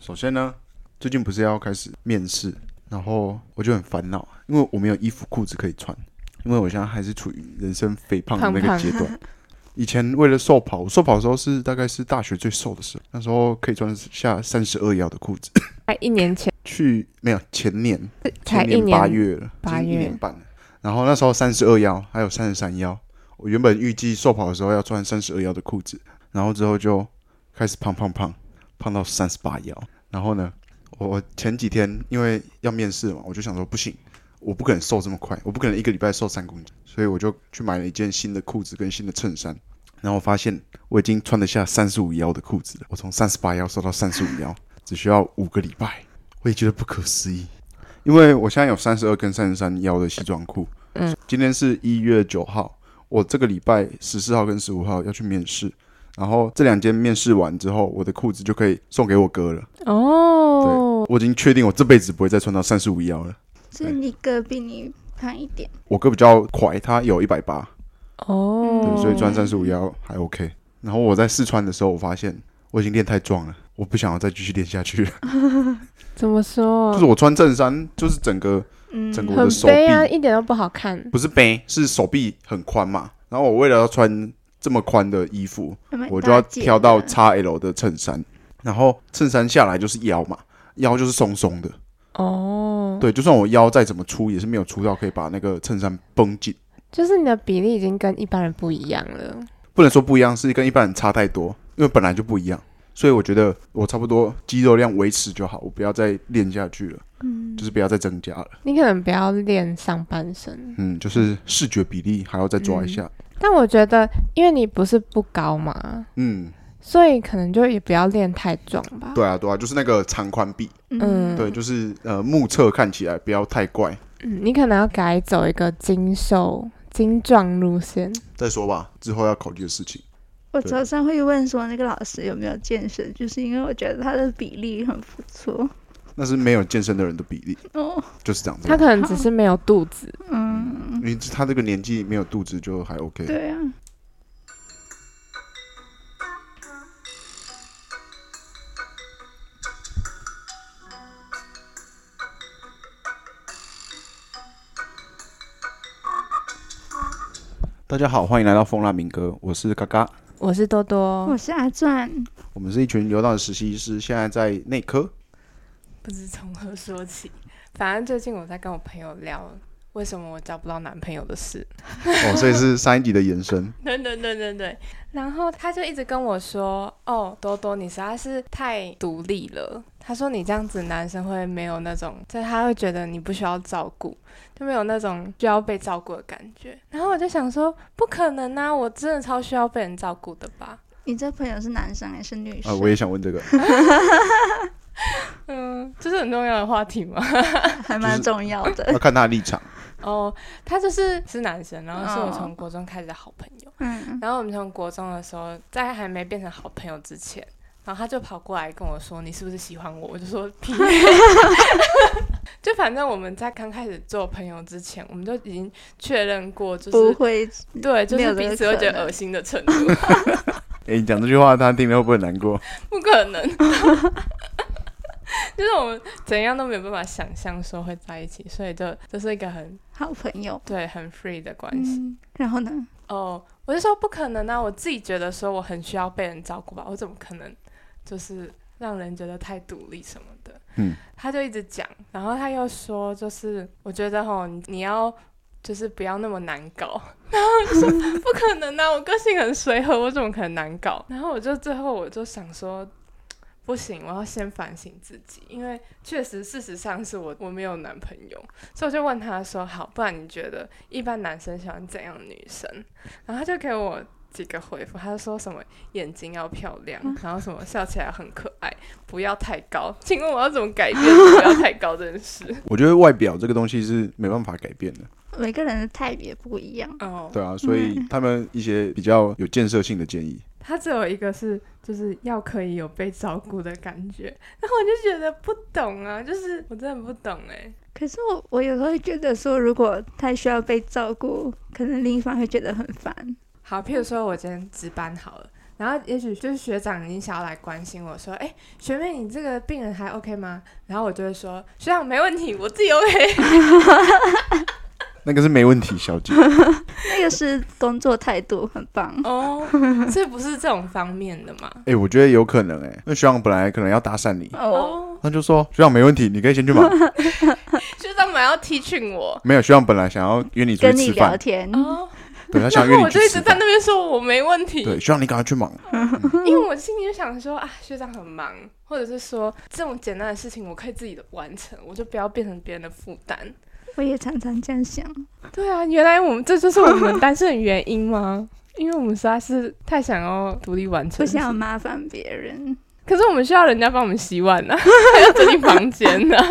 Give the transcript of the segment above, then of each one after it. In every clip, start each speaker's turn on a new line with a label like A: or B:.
A: 首先呢，最近不是要开始面试，然后我就很烦恼，因为我没有衣服裤子可以穿，因为我现在还是处于人生肥胖的那
B: 胖
A: 个
B: 胖
A: 阶段。以前为了瘦跑，我瘦跑的时候是大概是大学最瘦的时候，那时候可以穿下三十二腰的裤子。
B: 在一年前
A: 去没有前年，
B: 才
A: 前
B: 一
A: 年八月了，
B: 八
A: 已经
B: 月
A: 一年半了。然后那时候三十二腰，还有三十三腰。我原本预计瘦跑的时候要穿三十二腰的裤子，然后之后就开始胖胖胖，胖到三十八腰。然后呢，我我前几天因为要面试嘛，我就想说不行，我不可能瘦这么快，我不可能一个礼拜瘦三公斤，所以我就去买了一件新的裤子跟新的衬衫。然后我发现我已经穿得下三十五腰的裤子了，我从三十八腰瘦到三十五腰，只需要五个礼拜。我也觉得不可思议，因为我现在有三十二跟三十三腰的西装裤。嗯，今天是一月九号，我这个礼拜十四号跟十五号要去面试，然后这两间面试完之后，我的裤子就可以送给我哥了。
B: 哦，
A: 我已经确定我这辈子不会再穿到三十五腰了。
C: 所以你哥比你胖一点，
A: 我哥比较快，他有一百八，
B: 哦
A: 对，所以穿三十五腰还 OK。然后我在试穿的时候，我发现我已经练太壮了，我不想要再继续练下去了。
B: 怎么说
A: 就？是我穿正衫，就是整个
C: 嗯，
A: 整个我
B: 哦很
A: 的手臂
B: 悲啊，一点都不好看。
A: 不是背，是手臂很宽嘛。然后我为了要穿这么宽的衣服，
C: 还蛮
A: 我就要
C: 大件
A: 挑到
C: 的
A: XL 的衬衫，然后衬衫下来就是腰嘛，腰就是松松的。
B: 哦，
A: 对，就算我腰再怎么粗，也是没有粗到可以把那个衬衫绷紧。
B: 就是你的比例已经跟一般人不一样了。
A: 不能说不一样，是跟一般人差太多，因为本来就不一样。所以我觉得我差不多肌肉量维持就好，我不要再练下去了，
C: 嗯
A: 就是不要再增加了。
B: 你可能不要练上半身，
A: 嗯，就是视觉比例还要再抓一下。
B: 但我觉得，因为你不是不高嘛，
A: 嗯，
B: 所以可能就也不要练太壮吧。
A: 对啊，对啊，就是那个长宽比，
B: 嗯
A: 对，就是呃目测看起来不要太怪。
B: 嗯，你可能要改走一个精瘦、精壮路线。
A: 再说吧，之后要考虑的事情。
C: 我
A: 对
C: 早上会问说那个老师有没有健身，就是因为我觉得他的比例很不错。
A: 那是没有健身的人的比例，
C: 哦，
A: 就是这样子。
B: 他可能只是没有肚子，
C: 嗯，
A: 你他这个年纪没有肚子就还 OK。
C: 对啊，
A: 大家好，欢迎来到风浪民歌，我是嘎嘎。
B: 我是多多
C: 我，是阿转，
A: 我们是一群流浪的实习医师，现在在内科。
B: 不知从何说起。反正最近我在跟我朋友聊为什么我交不到男朋友的事，
A: 哦，所以是上一集的延伸。
B: 对对对对对。然后他就一直跟我说：“哦，多多，你实在是太独立了。”他说：“你这样子，男生会没有那种，就是他会觉得你不需要照顾，就没有那种需要被照顾的感觉。”然后我就想说：“不可能啊，我真的超需要被人照顾的吧
C: 你这朋友是男生还是女
A: 啊、
C: 生？
A: 我也想问这个，？”
B: 嗯，这是很重要的话题吗？
C: 还蛮重要的。
A: 要看他的立 场。
B: 哦，他就是是男生，然后是我
C: 哦
B: 从国中开始的好朋友。
C: 嗯，
B: 然后我们从国中的时候，在还没变成好朋友之前，然后他就跑过来跟我说：“你是不是喜欢我？”我就说：“屁。” 就反正我们在刚开始做朋友之前，我们就已经确认过，就
C: 不
B: 是
C: 会，
B: 对，就
C: 没
B: 是
C: 有这个
B: 彼此会觉得
C: 可能
B: 恶心的程度，
A: 哎、你讲这句话，他听了会不会难过？
B: 不可能。 就是我们怎样都没有办法想象说会在一起，所以就这是一个很
C: 好朋友。
B: 对很 free 的关系。
C: 嗯，然后呢？
B: 哦，我就说不可能啊！我自己觉得说我很需要被人照顾吧，我怎么可能就是让人觉得太独立什么的？
A: 嗯，
B: 他就一直讲，然后他又说，就是我觉得吼，你你要就是不要那么难搞。 然后我就说不可能啊，我个性很随和，我怎么可能难搞？然后我就最后我就想说。不行，我要先反省自己，因为确实事实上是我我没有男朋友，所以我就问他说：“好，不然你觉得一般男生喜欢怎样的女生？”然后他就给我几个回复，他就说什么眼睛要漂亮，然后什么笑起来很可爱，不要太高。请问我要怎么改变不要太高这件事？
A: 我觉得外表这个东西是没办法改变的，
C: 每个人的菜别不一样。
B: 哦，
A: 对啊，所以他们一些比较有建设性的建议，
B: 他只有一个是就是要可以有被照顾的感觉， 然后我就觉得不懂啊，就是我真的不懂哎、
C: 可是我我有时候会觉得说，如果太需要被照顾，可能另一方会觉得很烦。
B: 好，譬如说我今天值班好了，然后也许就是学长你想要来关心我说，哎、学妹你这个病人还 OK 吗？然后我就会说学长没问题，我自己 OK。
A: 那个是没问题，小姐。
C: 那个是工作态度，很棒。
B: 哦，这不是这种方面的嘛？
A: 哎、我觉得有可能哎、欸，那学长本来可能要搭讪你，
C: 哦，
B: 哦，
A: 他就说学长没问题，你可以先去忙。
B: 学长们要提醒我。
A: 没有，学长本来想要约你出
C: 跟
A: 去
C: 你
A: 吃
C: 聊
A: 饭，
C: 天，
B: 哦，
A: 对他想
B: 然
A: 约
B: 后
A: 你
B: 我
A: 去
B: 就一
A: 吃
B: 直在
A: 饭。
B: 那边说我没问题，
A: 对，学长你赶快去忙。
B: 因为我心里就想说啊，学长很忙，或者是说这种简单的事情我可以自己的完成，我就不要变成别人的负担。
C: 我也常常这样想。
B: 对啊，原来我们这就是我们单身的原因吗？因为我们实在是太想要独立完成
C: 不
B: 事，
C: 想麻烦别人。
B: 可是我们需要人家帮我们洗碗呢、啊， 还要整理房间啊呢、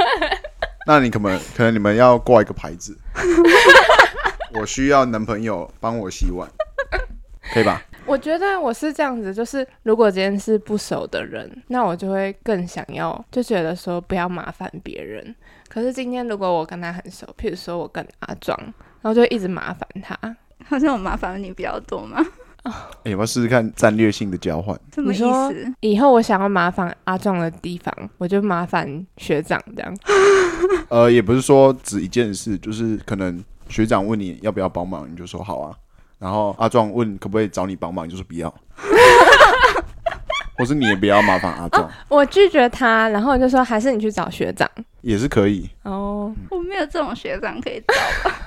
A: 那你可能可能你们要挂一个牌 子，我需要男朋友帮我洗碗，可以吧？
B: 我觉得我是这样子，就是如果今天是不熟的人，那我就会更想要，就觉得说不要麻烦别人。可是今天如果我跟他很熟，譬如说我跟阿壮，然后就一直麻烦他，
C: 好像我麻烦你比较多嘛？
A: 哎、要不要试试看战略性的交换？
C: 什么意
B: 你说
C: 思？
B: 以后我想要麻烦阿壮的地方，我就麻烦学长这样。
A: 呃，也不是说只一件事，就是可能学长问你要不要帮忙，你就说好啊。然后阿壮问可不可以找你帮忙，你就说不要。 或是你也不要麻烦阿壮，
B: 我拒绝他，然后我就说还是你去找学长。
A: 也是可以。
B: 哦，
C: 我没有这种学长可以带，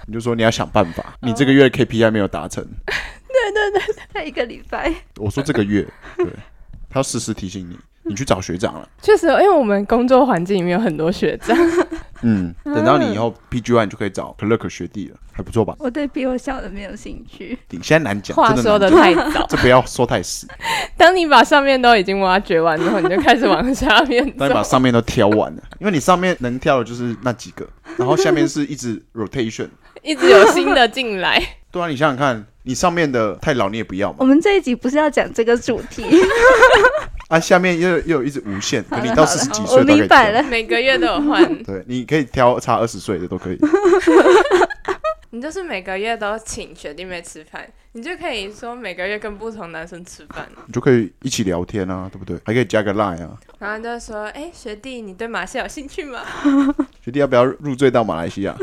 A: 你就说你要想办法，
C: 哦
A: 你这个月 KPI 没有达成。
C: 他一个礼拜。
A: 我说这个 月，对，他要时时提醒你，你去找学长了。
B: 确实，因为我们工作环境里面有很多学 长，
A: 嗯，等到你以后 PGY 你就可以找 Clerk 学弟了，还不错吧？
C: 我对比我小的没有兴趣。
A: 你现在难讲，
B: 话
A: 真
B: 说
A: 的
B: 的
A: 难
B: 太早
A: 讲，。这不要说太死，
B: 当你把上面都已经挖掘完之后，你就开始往下面
A: 当你把
B: 走。
A: 上面都挑完了，因为你上面能挑的就是那几个，然后下面是一直 rotation。
B: 一直有新的进来。
A: 对啊，你想想看，你上面的太老你也不要
C: 我
A: 嘛，
C: 们这一集不是要讲这个主题，
A: 啊，下面又又有一直无限，
C: 好
A: 等
C: 了
A: 你
C: 好
A: 到四十
C: 了，
A: 几
C: 好我
A: 岁都可
C: 明
A: 以
C: 白
A: 挑。，
C: 了。
B: 每个月都有换
A: 对，你可以挑差二十岁的都可以。
B: 你就是每个月都请学弟妹吃饭，你就可以说每个月跟不同男生吃饭，
A: 你就可以一起聊天啊，对不对？还可以加个 line 啊。
B: 然后就说：“哎、学弟，你对马戏有兴趣吗
A: 学弟要不要入赘到马来西 亚？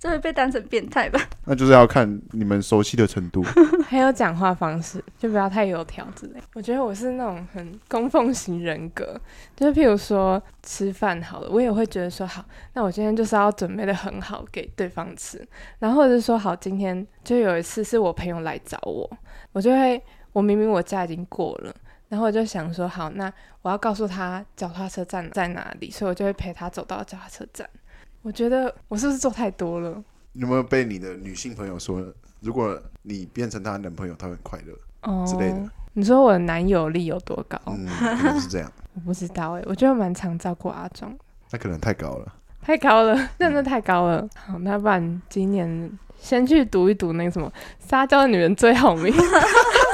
C: 这会被当成变态吧？
A: 那就是要看你们熟悉的程度。？”
B: 还有讲话方式，就不要太油条之类。我觉得我是那种很供奉型人格，就是譬如说吃饭好了，我也会觉得说好，那我今天就是要准备的很好给对方吃，然后或者是说好，今天就有一次是我朋友来找我，我就会，我明明我家已经过了，然后我就想说，好，那我要告诉他脚踏车站在哪里，所以我就会陪他走到脚踏车站。我觉得我是不是做太多了？
A: 你有没有被你的女性朋友说，如果你变成她的男朋友，她会很快乐？
B: 哦
A: 之类的
B: 你说我的男友力有多高？
A: 嗯，可能是这样。
B: 我不知道哎、我觉得蛮常照顾阿壮，
A: 那可能太高了。
B: 太高了，真的太高了。好，那不然今年先去读一读那个什么《撒娇的女人最好命》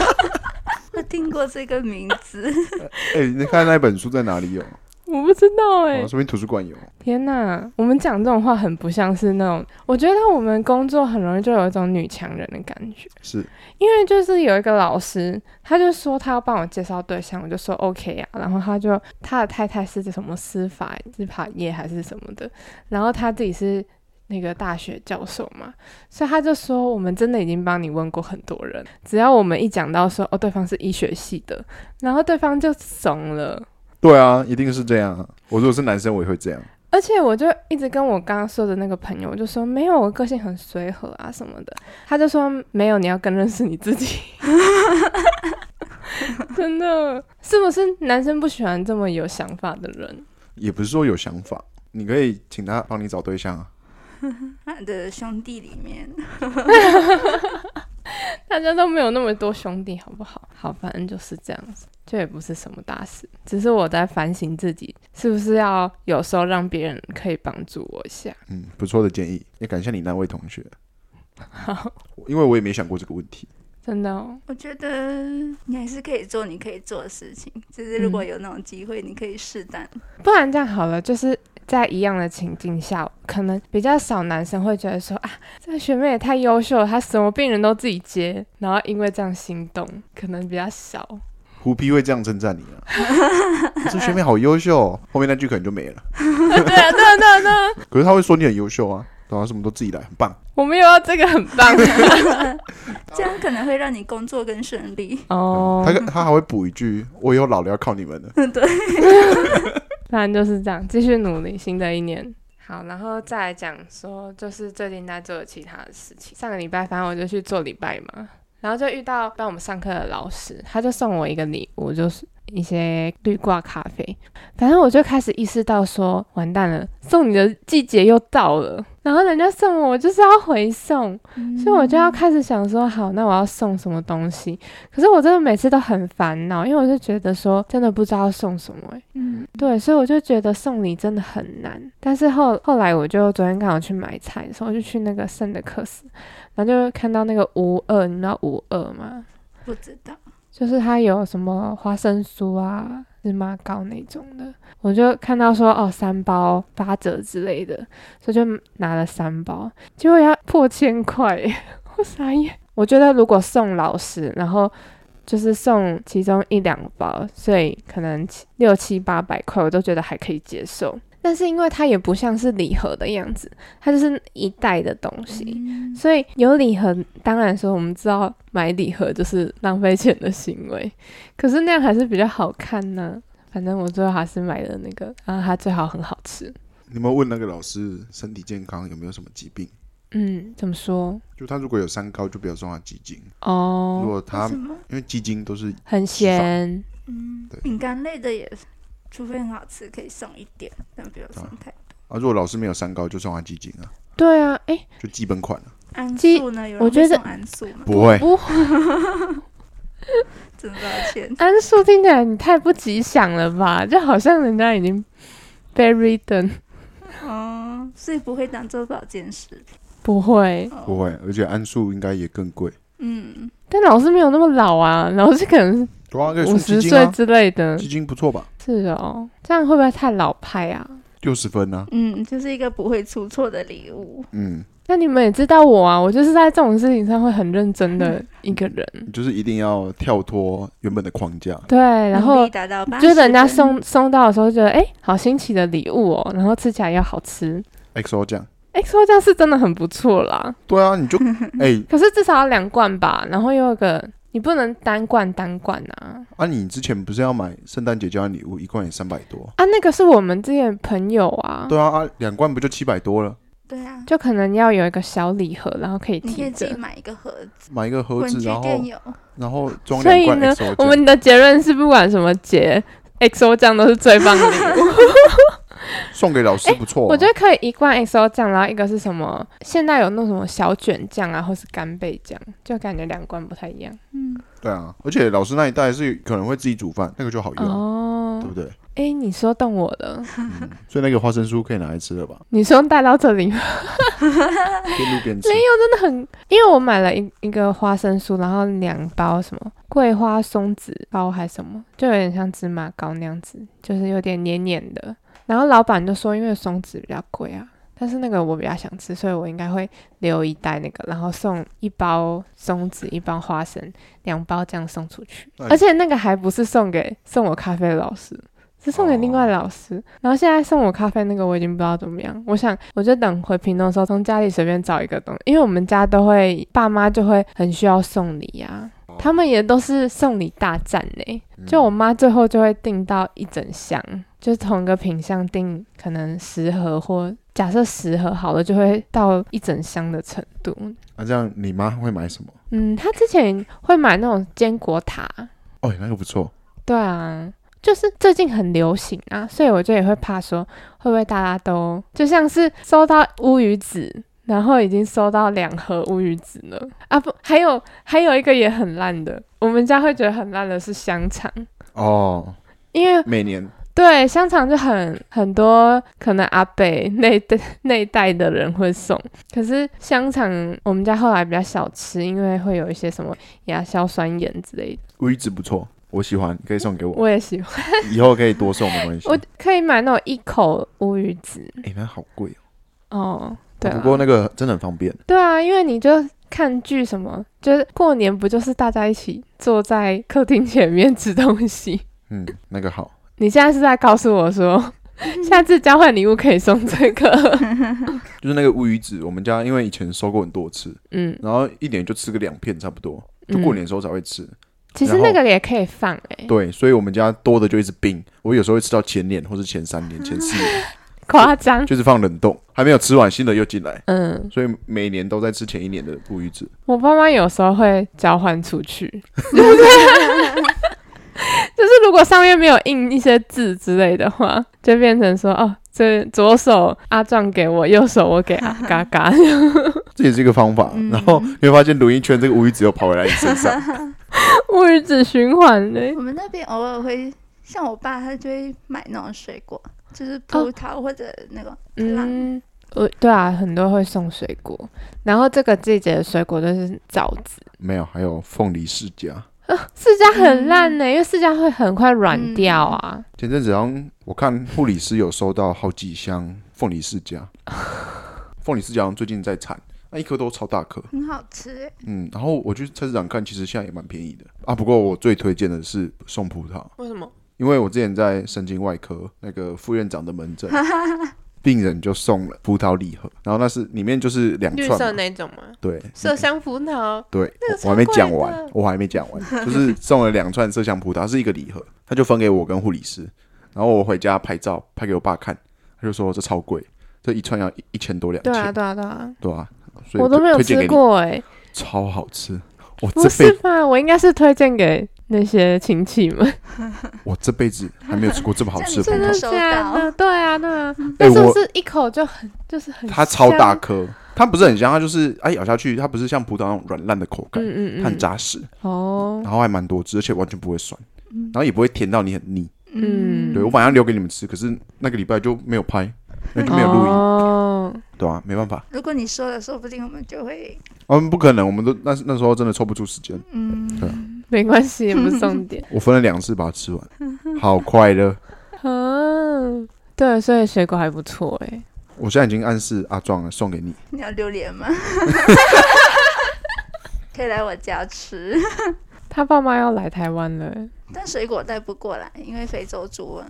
C: 我听过这个名字，
A: 哎、你看那本书在哪里有？
B: 我不知道哎、
A: 哦，说明图书馆有。
B: 天呐，我们讲这种话很不像是那种，我觉得我们工作很容易就有一种女强人的感觉，
A: 是，
B: 因为就是有一个老师，他就说他要帮我介绍对象，我就说 OK 啊，然后他就他的太太是什么司法司法业还是什么的，然后他自己是那个大学教授嘛，所以他就说我们真的已经帮你问过很多人，只要我们一讲到说哦对方是医学系的，然后对方就怂了。
A: 对啊，一定是这样啊。我如果是男生，我也会这样。
B: 而且我就一直跟我刚刚说的那个朋友，我就说没有，我个性很随和啊什么的，他就说没有，你要更认识你自己。 真的，是不是男生不喜欢这么有想法的人？
A: 也不是说有想法，你可以请他帮你找对象啊。
C: 他的兄弟里面，
B: 大家都没有那么多兄弟，好不好？好，反正就是这样子，这也不是什么大事，只是我在反省自己，是不是要有时候让别人可以帮助我一下。
A: 嗯，不错的建议，也感谢你那位同学，
B: 好，
A: 因为我也没想过这个问题。
B: 真的、哦，
C: 我觉得你还是可以做你可以做的事情，只是如
A: 嗯
C: 果有那种机会，你可以适当。
B: 不然这样好了，就是在一样的情境下，可能比较少男生会觉得说啊，这个学妹也太优秀了，她什么病人都自己接，然后因为这样心动，可能比较少。
A: 胡批会这样称赞你啊， 我说学妹好优秀、哦，后面那句可能就没了。
B: 对啊，对啊，对啊，对啊，
A: 可是他会说你很优秀啊，对啊，什么都自己来，很棒。
B: 我们有要这个很棒
C: 这样可能会让你工作更顺利。
B: 哦
A: 他，他还会补一句：“我以后老了要靠你们了。
C: 嗯，对，
B: 反正就是这样，继续努力，新的一年。好，然后再来讲说，就是最近在做的其他的事情。上个礼拜，反正我就去做礼拜嘛，然后就遇到帮我们上课的老师，他就送我一个礼物，就是一些绿挂咖啡。反正我就开始意识到说，完蛋了，送你的季节又到了。然后人家送我，我就是要回送，所以我就要开始想说，好，那我要送什么东西？可是我真的每次都很烦恼，因为我就觉得说，真的不知道要送什么、欸。
C: 嗯，
B: 对，所以我就觉得送礼真的很难。但是后后来我就昨天刚好去买菜的时候，我就去那个圣德克斯，然后就看到那个无二，你知道无二吗？
C: 不知道，
B: 就是它有什么花生酥啊、芝麻糕那种的，我就看到说哦三包八折之类的，所以就拿了三包，结果要破千块 耶，我傻眼。我觉得如果送老师，然后就是送其中一两包，所以可能七六七八百块，我都觉得还可以接受。但是因为它也不像是礼盒的样子，它就是一袋的东西，
C: 嗯
B: 所以有礼盒，当然说我们知道买礼盒就是浪费钱的行为，可是那样还是比较好看呢、反正我最后还是买了那个，然后它最好很好吃。”
A: 你们问那个老师身体健康有没有什么疾病？
B: 嗯，怎么说？
A: 就他如果有三高，就不要送他鸡精。如
B: 哦，
A: 果他
C: 什么？
A: 因为鸡精都是
B: 很咸，
C: 嗯
A: 对，
C: 饼干类的也是，除非很好吃，可以送一点，但不要送太
A: 啊，
C: 多。
A: 如果老师没有三高，就送他鸡精啊，
B: 对啊，诶，
A: 就基本款啊。
C: 安
B: 鸡
C: 素呢？有
B: 我
C: 人
B: 觉
C: 会
B: 得
C: 送安素吗？
A: 不会，
B: 不，，
C: 真的抱歉
B: 桉树听起来你太不吉祥了吧？就好像人家已经被 ridden，
C: 哦，所以不会当做保健食品。
B: 不会。
C: 哦
A: 不会，而且桉树应该也更贵。
C: 嗯，
B: 但老师没有那么老啊，老师可能
A: 对啊，可以送
B: 五
A: 鸡
B: 十
A: 精
B: 岁
A: 啊，
B: 之类的。
A: 鸡精不错吧？
B: 是哦，这样会不会太老派啊？
A: 六十分啊，
C: 嗯，就是一个不会出错的礼物。
A: 嗯，
B: 那你们也知道我啊，我就是在这种事情上会很认真的 一个人。
A: 你就是一定要跳脱原本的框架。
B: 对，然
C: 能
B: 后
C: 力达到八，
B: 就是人家送送到的时候，觉得哎、诶好新奇的礼物哦，然后吃起来又好吃。
A: XO 酱，
B: 哎、说这样是真的很不错啦。
A: 对啊， 你就哎、
B: 可是至少要两罐吧，然后又有个你不能单罐单罐啊
A: 啊，你之前不是要买圣诞节交换礼物，一罐也三百多。
B: 啊，那个是我们之前朋友啊，
A: 对啊，啊，两罐不就七百多了？
C: 对啊，
B: 就可能要有一个小礼盒，然后可以
C: 你可
B: 提
C: 以自己
B: 着。
C: 买一个盒子，
A: 买一个盒
C: 文
A: 子，
C: 具
A: 然
C: 店
A: 后
C: 有。
A: 然后 装
B: 所
A: 两
B: 以
A: 罐
B: 呢
A: XO
B: 我
A: 酱。
B: 们的结论是，不管什么节，XO 酱都是最棒的礼物。
A: 送给老师不错、啊
B: 哎我觉得可以一罐 XO 酱，然后一个是什么？现在有那种什么小卷酱啊，或是干贝酱，就感觉两罐不太一样
C: 嗯，
A: 对啊，而且老师那一代是可能会自己煮饭，那个就好用，
B: 哦
A: 对。不对？
B: 哎、你说动我了，
A: 嗯，所以那个花生酥可以拿来吃了吧？
B: 你说带到这里吗，
A: 边路边吃。
B: 真的很，因为我买了一一个花生酥，然后两包什么桂花松子包还是什么，就有点像芝麻糕那样子，就是有点黏黏的。然后老板就说，因为松子比较贵啊。但是那个我比较想吃，所以我应该会留一袋那个，然后送一包松子，一包花生，两包这样送出去。
A: 那你
B: 而且那个还不是送给送我咖啡的老师，是送给另外的老师。然后现在送我咖啡那个我已经不知道怎么样，我想我就等回屏东的时候，从家里随便找一个东西，因为我们家都会爸妈就会很需要送礼呀、
A: 哦
B: 他们也都是送礼大战欸嘞、
A: 嗯
B: 就我妈最后就会订到一整箱，就是同一个品相订可能十盒或假设十盒好了，就会到一整箱的程度。
A: 啊，这样你妈会买什么？
B: 嗯，她之前会买那种坚果塔，
A: 哦，那个不错，
B: 对啊，就是最近很流行啊，所以我就也会怕说会不会大家都就像是收到乌鱼子。然后已经收到两盒乌鱼子了啊！不，还有还有一个也很烂的，我们家会觉得很烂的是香肠，
A: 哦，
B: 因为
A: 每年
B: 对，香肠就很很多，可能阿北那一代那一代的人会送。可是香肠我们家后来比较少吃，因为会有一些什么亚硝酸盐之类的。
A: 乌鱼子不错，我喜欢，可以送给我，
B: 我也喜欢，
A: 以后可以多送，没关系。
B: 我可以买那种一口乌鱼子
A: 哎、那好贵哦、
B: 哦。对
A: 不过
B: 啊，
A: 那个真的很方便，
B: 对啊，因为你就看剧什么，就是过年不就是大家一起坐在客厅前面吃东西？
A: 嗯，那个好，
B: 你现在是在告诉我说， 下次交换礼物可以送这个？
A: 就是那个乌鱼子，我们家因为以前收过很多次，
B: 嗯，
A: 然后一年就吃个两片差不多，就过年的时候才会吃。
B: 其实那个也可以放哎、
A: 对，所以我们家多的就一直冰，我有时候会吃到前年或是前三年、前四年，
B: 夸张。
A: 就是放冷冻，还没有吃完，新的又进来，
B: 嗯，
A: 所以每年都在吃前一年的乌鱼子。
B: 我爸妈有时候会交换出 去，就是如果上面没有印一些字之类的话，就变成说哦，这左手阿壮给我，右手我给阿嘎 嘎。
A: 这也是一个方法。然后你会发现，轮一圈这个乌鱼子又跑回来你身上。
B: 物日子循环呢、
C: 我们那边偶尔会，像我爸他就会买那种水果，就是葡萄或者那个辣，
B: 嗯，我对啊，很多会送水果，然后这个季节的水果都是枣子，
A: 没有，还有凤梨世家。
B: 释迦很烂呢、因为释迦会很快软掉啊。
A: 前阵子好像我看护理师有收到好几箱凤梨世家， 凤梨世家好像最近在产，那一颗都超大颗。
C: 很好吃欸。
A: 嗯，然后我去菜市场看，其实现在也蛮便宜的啊。不过我最推荐的是送葡萄，
B: 为什么？
A: 因为我之前在神经外科那个副院长的门诊，病人就送了葡萄礼盒，然后那是里面就是两串嘛，
B: 那种吗？
A: 对，
B: 香葡萄，
A: 对，
B: 那个
A: 我我还没
B: 超贵
A: 讲完
B: 的，
A: 我还没讲 完，就是送了两串麝香葡萄，是一个礼盒，他就分给我跟护理师，然后我回家拍照拍给我爸看，他就说这超贵，这一串要一一千多两千，
B: 对啊，对啊，对啊，
A: 对啊所以
B: 我都
A: 推
B: 没有
A: 推荐
B: 吃
A: 给你，
B: 过哎、
A: 超好吃，我
B: 不
A: 这
B: 是
A: 辈
B: 吧？我应该是推荐给那些亲戚们，
A: 我这辈子还没有吃过这么好吃的葡
C: 这样你
A: 萄，
C: 收
B: 假
C: 到
B: 的？ 对啊，对啊，
A: 哎
B: 那是不
A: 我
B: 是一口就很就是很
A: 它超大
B: 香？
A: 颗，它不是很香，它就是哎咬下去，它不是像葡萄那种软烂的口感，
B: 嗯嗯
A: 它很
B: 嗯，
A: 扎实，
B: 哦，
A: 然后还蛮多汁，而且完全不会酸，
C: 嗯
A: 然后也不会甜到你很腻。
B: 嗯
A: 对我本来要留给你们吃，可是那个礼拜就没有拍，那就没有录音，
B: 哦，
A: 对啊，没办法，
C: 如果你说了，说不定我们就会，
A: 我们不可能，我们都那那时候真的抽不出时间，
C: 嗯，
B: 没关系，也不是 重点。
A: 我分了两次把它吃完，好快乐。
B: 嗯，对，所以水果还不错哎、
A: 我现在已经暗示阿壮了，送给你。
C: 你要榴莲吗？可以来我家吃，
B: 他爸妈要来台湾了欸、
C: 但水果带不过来，因为非洲猪瘟。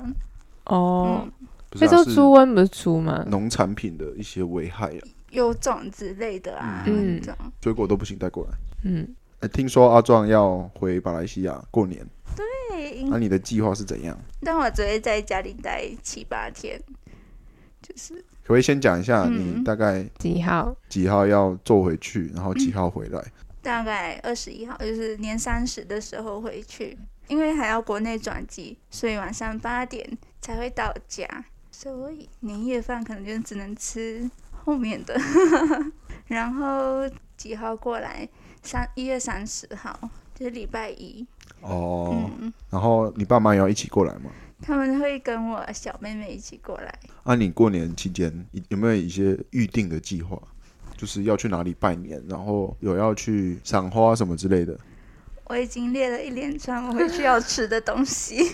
B: 哦
C: 嗯，，
A: 不是
B: 非
A: 啊、
B: 洲
A: 是
B: 猪瘟不是猪吗？
A: 农产品的一些危害啊，
C: 有种之类的啊，
B: 嗯
C: 那种。
A: 水果都不行带过来。
B: 嗯，
A: 哎，听说阿壮要回马来西亚过年，
C: 对，
A: 那、你的计划是怎样？
C: 但我只会在家里待七八天，就是
A: 可不可以先讲一下
C: 嗯
A: 你大概
B: 几号？
A: 几号要坐回去，然后几号回来？
C: 大概二十一号，就是年三十的时候回去，因为还要国内转机，所以晚上八点才会到家，所以年夜饭可能就只能吃后面的， 然后几号过来？三一月三十号，就是礼拜一。
A: 哦，
C: 嗯，
A: 然后你爸妈也要一起过来吗？
C: 他们会跟我小妹妹一起过来。
A: 啊，你过年期间有有没有一些预定的计划？就是要去哪里拜年，然后有要去赏花什么之类的。
C: 我已经列了一连串我回去要吃的东西。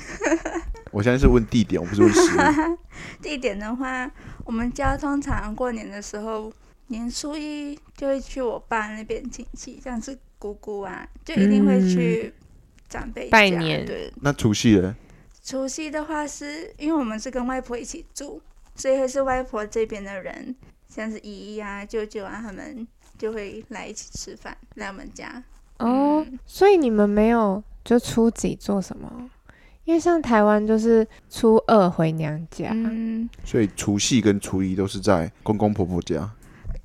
A: 我现在是问地点，我不是问食 物。
C: 地点的话，我们家通常过年的时候，年初一就会去我爸那边亲戚，像是姑姑啊，就一定会去长辈家、
B: 嗯拜年
C: 对，
A: 那除夕呢？
C: 除夕的话是因为我们是跟外婆一起住，所以会是外婆这边的人，像是姨姨啊、舅舅啊，他们就会来一起吃饭，来我们家。
B: 哦，所以你们没有就初几做什么？因为像台湾就是初二回娘家，
C: 嗯，
A: 所以除夕跟初一都是在公公婆婆家。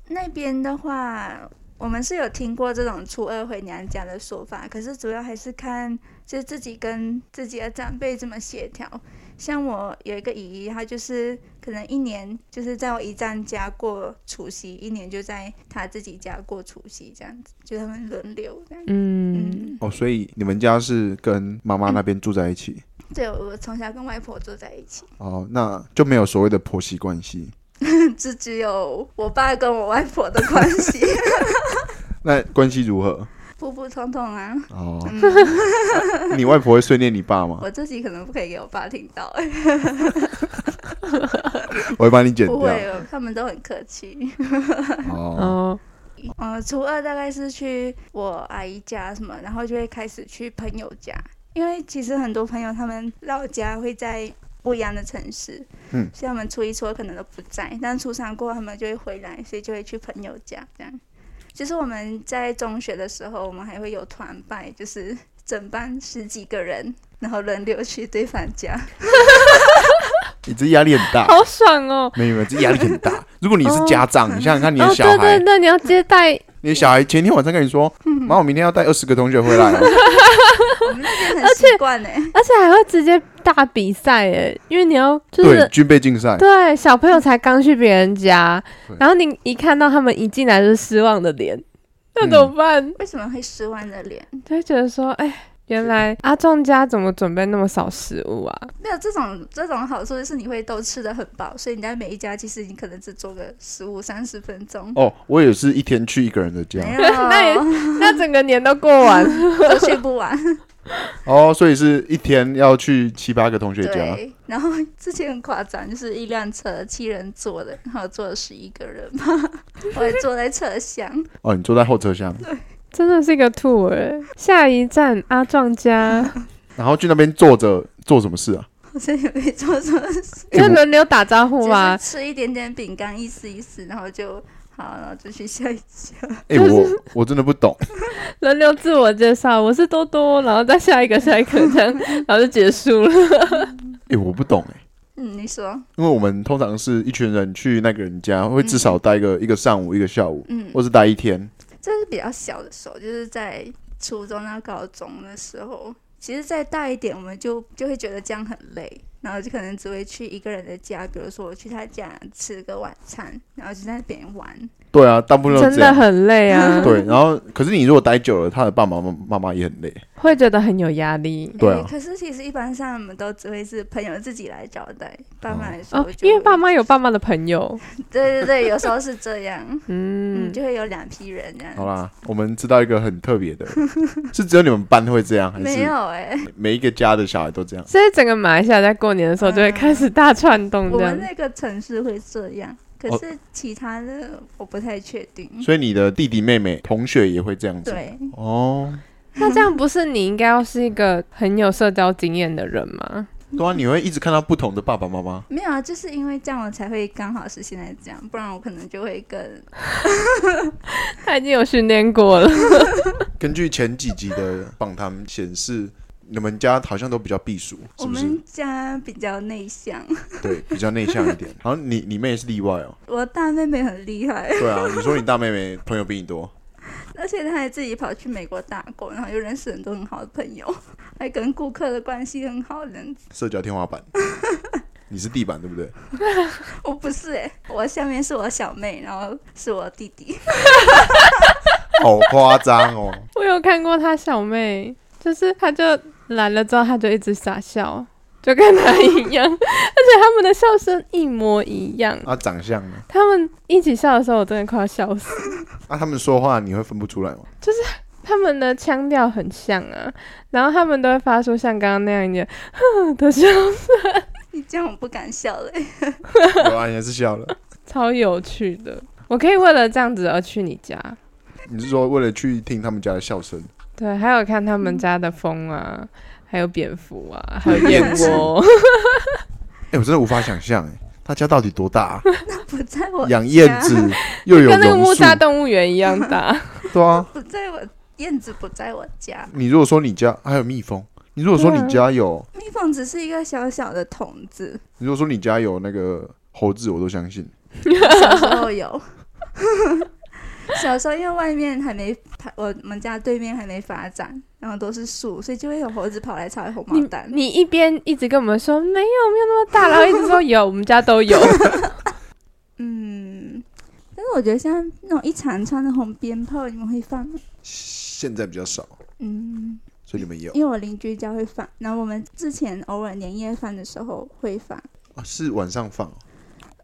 C: 那边的话，我们是有听过这种初二回娘家的说法，可是主要还是看就是自己跟自己的长辈怎么协调。像我有一个姨姨，她就是可能一年就是在我姨丈家过除夕，一年就在她自己家过除夕，这样子，就他们轮流这样。
B: 嗯，
C: 嗯，
A: 哦，所以你们家是跟妈妈那边住在一起。
C: 对，我我从小跟外婆住在一起，
A: 哦，那就没有所谓的婆媳关系。
C: 这只有我爸跟我外婆的关系，
A: 那关系如何？
C: 普普通通啊。
A: 哦，
C: 嗯，
A: 你外婆会碎念你爸吗？
C: 我自己可能不可以给我爸听到、哎
A: 我会帮你剪
C: 不
A: 掉。
C: 会，他们都很客气。
A: 哦，
B: 哦，
C: 呃，初二大概是去我阿姨家什么，然后就会开始去朋友家，因为其实很多朋友他们老家会在不一样的城市，
A: 嗯
C: 所以他们初一初二可能都不在，但初三过后他们就会回来，所以就会去朋友家这样。其实我们在中学的时候，我们还会有团拜，就是整班十几个人，然后轮流去对方家。
A: 你这压力很大，
B: 好爽哦！
A: 没有没有，这压力很大。如果你是家长，你想想看你的
B: 哦，
A: 小
B: 对嗯
A: 孩
B: 对，对，你要接 待，
A: 你的小孩前天晚上跟你说，妈，我明天要带二十个同学回来哦，
C: 我们那边很习惯欸呢，
B: 而且还会直接大比赛哎，因为你要就
A: 对，
B: 是
A: 军备竞赛，
B: 对小朋友才刚去别人家
A: 对，嗯
B: 然后你一看到他们一进来就是失望的脸，那怎么办？
C: 为什么会失望的脸？
B: 就会觉得说，哎，原 来阿仲家怎么准备那么少食物啊？
C: 没有这种这种好处，就是你会都吃的很饱，所以你在每一家其实你可能只做个十五三十分钟。
A: 哦，我也是一天去一个人的家
C: 没，
B: 那也
C: 有，
B: 那整个年都过完，
C: 都去不完。
A: 哦，所以是一天要去七八个同学家，
C: 对，然后之前很夸张，就是一辆车七人坐的，然后坐了十一个人吧， 我还坐在车厢。
A: 哦，你坐在后车厢，
B: 真的是一个 tour 哎。下一站阿壮家，
A: 然后去那边坐着做什么事啊？
C: 好像也没做什么事，
B: 就轮流打招呼
C: 就
B: 嘛
C: 是。吃一点点饼干，意思意思，然后就好，然后就去下一家。
A: 哎，我我真的不懂，
B: 轮流自我介绍，我是多多，然后再下一个下一个这样，然后就结束了。
A: 哎，我不懂哎。
C: 嗯，你说，
A: 因为我们通常是一群人去那个人家，会至少待
B: 嗯
A: 个一个上午、一个下午，
C: 嗯，
A: 或是待一天。
C: 这是比较小的时候，就是在初中到高中的时候。其实再大一点，我们就就会觉得这样很累，然后就可能只会去一个人的家，比如说我去他家吃个晚餐，然后就在那边玩。
A: 对啊，大部分都
B: 真
A: 这
B: 的
A: 样。
B: 很累 啊，
A: 对，然后可是你如果待久了，他的爸爸妈妈妈妈也很累。
B: 会觉得很有压力
A: 对啊
C: 诶可是其实一般上我们都只会是朋友自己来交代，爸妈来说
B: 哦
C: 就、，
B: 因为爸妈有爸妈的朋友，
C: 对对对，有时候是这样，嗯，
B: 嗯，
C: 就会有两批人这样。
A: 好啦，我们知道一个很特别的， 是只有你们班会这样，还
C: 没
A: 是
C: 有哎、
A: 每一个家的小孩都这样？
B: 所以整个马来西亚在过年的时候就会开始大串动
C: 我
B: 这样
C: 们。那个城市会这样，可
B: 哦
C: 是其他的我不太确定。
A: 所以你的弟弟妹妹同学也会这样子。
C: 对，
A: 哦，
B: 那这样不是你应该要是一个很有社交经验的人吗？
A: 对啊，你会一直看到不同的爸爸妈妈。
C: 没有啊，就是因为这样我才会刚好是现在这样，不然我可能就会跟
B: 他已经有训练过了，
A: 根据前几集的访谈显示，你们家好像都比较避暑，
C: 我
A: 是不是？
C: 们家比较内向，
A: 对，比较内向一点。 好像你你妹是例外哦。
C: 我大妹妹很厉害，
A: 对啊，你说你大妹妹朋友比你多，
C: 而且她还自己跑去美国打工，然后又认识很多很好的朋友， 还跟顾客的关系很好，人
A: 社交天花板，你是地板对不对？
C: 我不是哎、我下面是我小妹，然后是我弟弟。
A: 好夸张哦！
B: 我有看过他小妹，就是他就来了之后，他就一直傻笑，就跟他 一样，而且他们的笑声一模一样。
A: 啊，长相呢？
B: 他们一起笑的时候，我真的快要笑死。
A: 啊，他们说话你会分不出来吗？
B: 他们的腔调很像啊，然后他们都会发出像刚刚那样的哼 的笑，
C: 你这样我不敢笑欸嘞、
A: 有啊，你还是笑了。
B: 超有趣的。我可以为了这样子而去你家，
A: 你是说为了去听他们家的笑声？
B: 对，还有看他们家的风啊，还有蝙蝠啊，还 有燕
A: 燕子
B: 窝。
A: 哎、我真的无法想象，哎，他家到底多大啊、
C: 不在我
A: 养燕子
C: 家，
A: 又有
B: 跟那个
A: 榕
B: 木
A: 树，
B: 栅动物园一样大。
A: 对啊。
C: 不在我燕子不在我家，
A: 你如果说你家还有蜜蜂，你如果说你家有，
C: 蜜蜂只是一个小小的筒子，
A: 你如果说你家有那个猴子，我都相信。
C: 小时候有。 小时候因为外面还没发，我们家对面还没发展，然后都是树，所以就会有猴子跑来吵红毛
B: 你
C: 丹。
B: 你一边一直跟我们说没有没有那么大，然后一直说有，我们家都有。
C: 嗯，但是我觉得像那种一长串的红鞭炮，你们会放吗？
A: 现在比较少，
C: 嗯，
A: 所以你们有
C: 因为我邻居家会放，然后我们之前偶尔年夜饭的时候会放。
A: 啊？是晚上放哦？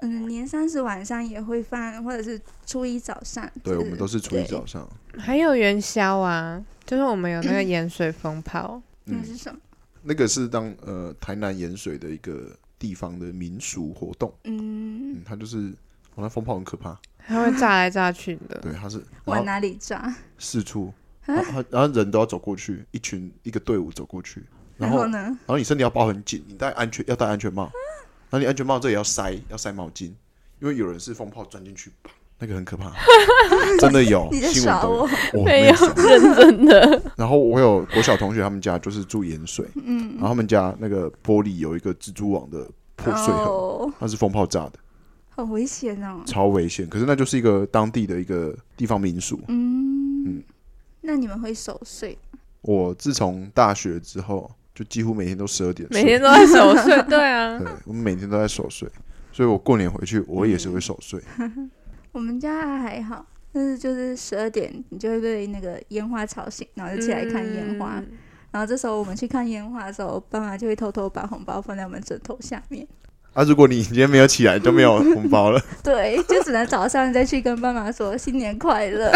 C: 嗯，年三十晚上也会放，或者是初一早上。
A: 对，我们都是初一
C: 对
A: 早上。
B: 还有元宵啊，就是我们有那个盐水风炮，
C: 那是什么？
A: 嗯那个是当呃台南盐水的一个地方的民俗活动，
C: 嗯，
A: 嗯，它就是我那风炮很可怕，
B: 它会炸来炸去的。
A: 对，它是
C: 往
A: 然后
C: 哪里炸？
A: 四处，
C: 啊
A: 然后然后人都要走过去，一群一个队伍走过去，然
C: 然
A: 后
C: 后
A: 然
C: 呢？
A: 后你身体要包很紧，你戴安全要戴安全帽，然后你安全帽这里要塞要塞毛巾，因为有人是风炮钻进去，啪那个很可 怕，真的有
C: 你在
A: 新闻
C: 耍
A: 都
C: 我？
A: 我
B: 没有
A: 有想。
B: 认真的，
A: 然后我有国小同学，他们家就是住盐水，
C: 嗯
A: 然后他们家那个玻璃有一个蜘蛛网的破碎痕，
C: 哦，
A: 它是风炮炸的，
C: 好危险哦。
A: 超危险。可是那就是一个当地的一个地方民俗。
C: 嗯，那你们会守岁？
A: 我自从大学之后，就几乎每天都十二点睡，
B: 每天都在守岁。对啊，
A: 对我们每天都在守岁，所以我过年回去我也是
B: 嗯
A: 会守岁。
C: 我们家还好，但是就是十二点你就会被那个烟花吵醒，然后就起来看烟花。
B: 嗯
C: 然后这时候我们去看烟花的时候，爸妈就会偷偷把红包放在我们枕头下面。
A: 啊，如果你今天没有起来，就没有红包了。
C: 对，就只能早上再去跟爸妈说新年快乐。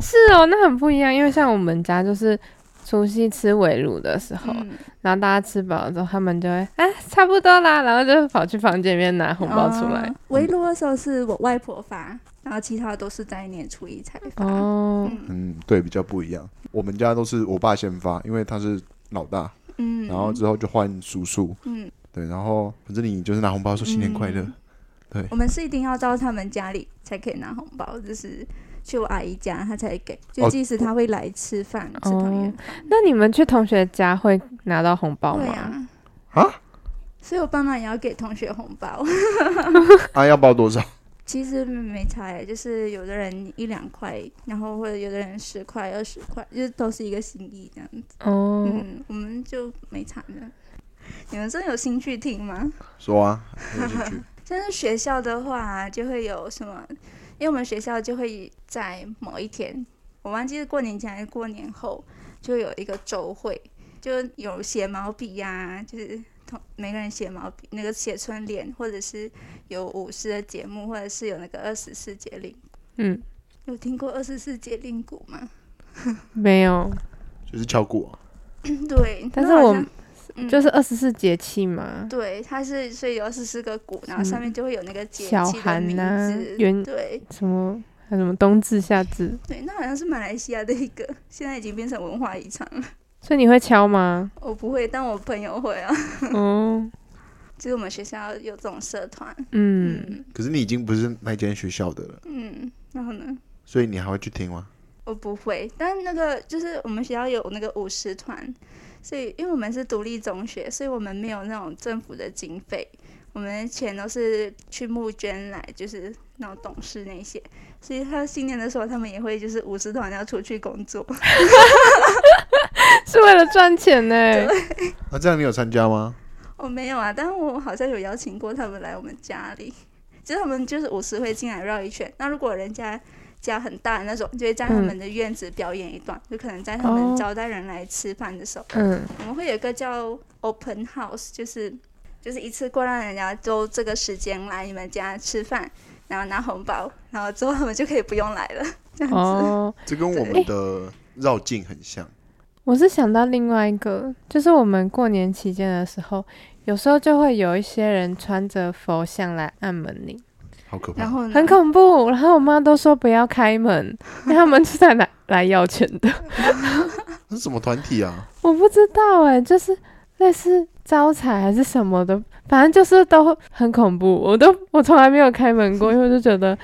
B: 是哦，那很不一样，因为像我们家就是除夕吃围炉的时候，
C: 嗯
B: 然后大家吃饱了之后，他们就会啊差不多啦，然后就跑去房间里面拿红包出来
C: 哦。围炉的时候是我外婆发，然后其他都是在年初一才发。
B: 哦，
A: 嗯，对，比较不一样。我们家都是我爸先发，因为他是老大，
C: 嗯，
A: 然后之后就换叔叔，
C: 嗯，
A: 对，然后反正你就是拿红包说新年快
B: 嗯
A: 乐，
C: 我们是一定要到他们家里才可以拿红包，就是去我阿姨家她才给，就
A: 哦
C: 即使她会来吃饭、吃团圆饭，
B: 那你们去同学家会拿到红包
C: 对
B: 吗？
C: 啊。
A: 哦啊？
C: 所以我爸妈也要给同学红包。
A: 啊，要包多少？
C: 其实没差欸，就是有的人一两块，然后或者有的人十块、二十块，就是都是一个心意这样子。
B: 哦，
C: 嗯，我们就没差的。你们真的有兴趣听吗？
A: 说啊，有兴趣。
C: 但是学校的话，就会有什么？因为我们学校就会在某一天，我忘记是过年前还是过年后，就有一个周会，就有写毛笔呀、就是同每个人写毛笔，那个写春联，或者是有舞狮的节目，或者是有那个二十四节令。
B: 嗯，
C: 有听过二十四节令鼓吗？
B: 没有，
A: 就是敲鼓、啊，
C: 对，
B: 但
C: 那
B: 是
C: 好
B: 我
C: 像嗯
B: 就是二十四节气嘛。
C: 对，它是所以有二十四个鼓，然后上面就会有那个节
B: 小
C: 气的
B: 寒
C: 名
B: 呐
C: 字，
B: 元
C: 对。
B: 什么还有什么冬至夏至，
C: 对，那好像是马来西亚的一个，现在已经变成文化遗产了。
B: 所以你会敲吗？
C: 我不会，但我朋友会啊。
B: 哦，
C: 就是我们学校有这种社团，
B: 嗯，
C: 嗯
A: 可是你已经不是那间学校的了，
C: 嗯，然后呢，
A: 所以你还会去听吗？
C: 我不会，但那个就是我们学校有那个舞狮团，所以因为我们是独立中学，所以我们没有那种政府的经费，我们钱都是去募捐来，就是那种董事那些，所以他新年的时候，他们也会就是舞狮团要出去工作，
B: 是为了赚钱呢。
A: 那、啊这样你有参加吗？
C: 我没有啊，但是我好像有邀请过他们来我们家里， 就是他们就是舞狮会进来绕一圈。那如果人家家很大那种，就会在他们的院子表演一段，就可能在他
B: 哦
C: 们招待人来吃饭的时候，
B: 嗯，
C: 我们会有一个叫 open house，就是就是一次过让人家都这个时间来你们家吃饭，然后拿红包，然后之后他们就可以不用来了，这样子。
B: 哦，
A: 这跟我们的绕境很像，
B: 我是想到另外一个，就是我们过年期间的时候，有时候就会有一些人穿着佛像来按门铃，
A: 好可
C: 然
A: 怕。
C: 后呢
B: 很恐怖。然后我妈都说不要开门，因为他们是在来来要钱的。
A: 那是什么团体啊？
B: 我不知道哎、就是类似招财还是什么的，反正就是都很恐怖。我都我从来没有开门过，因为我就觉得。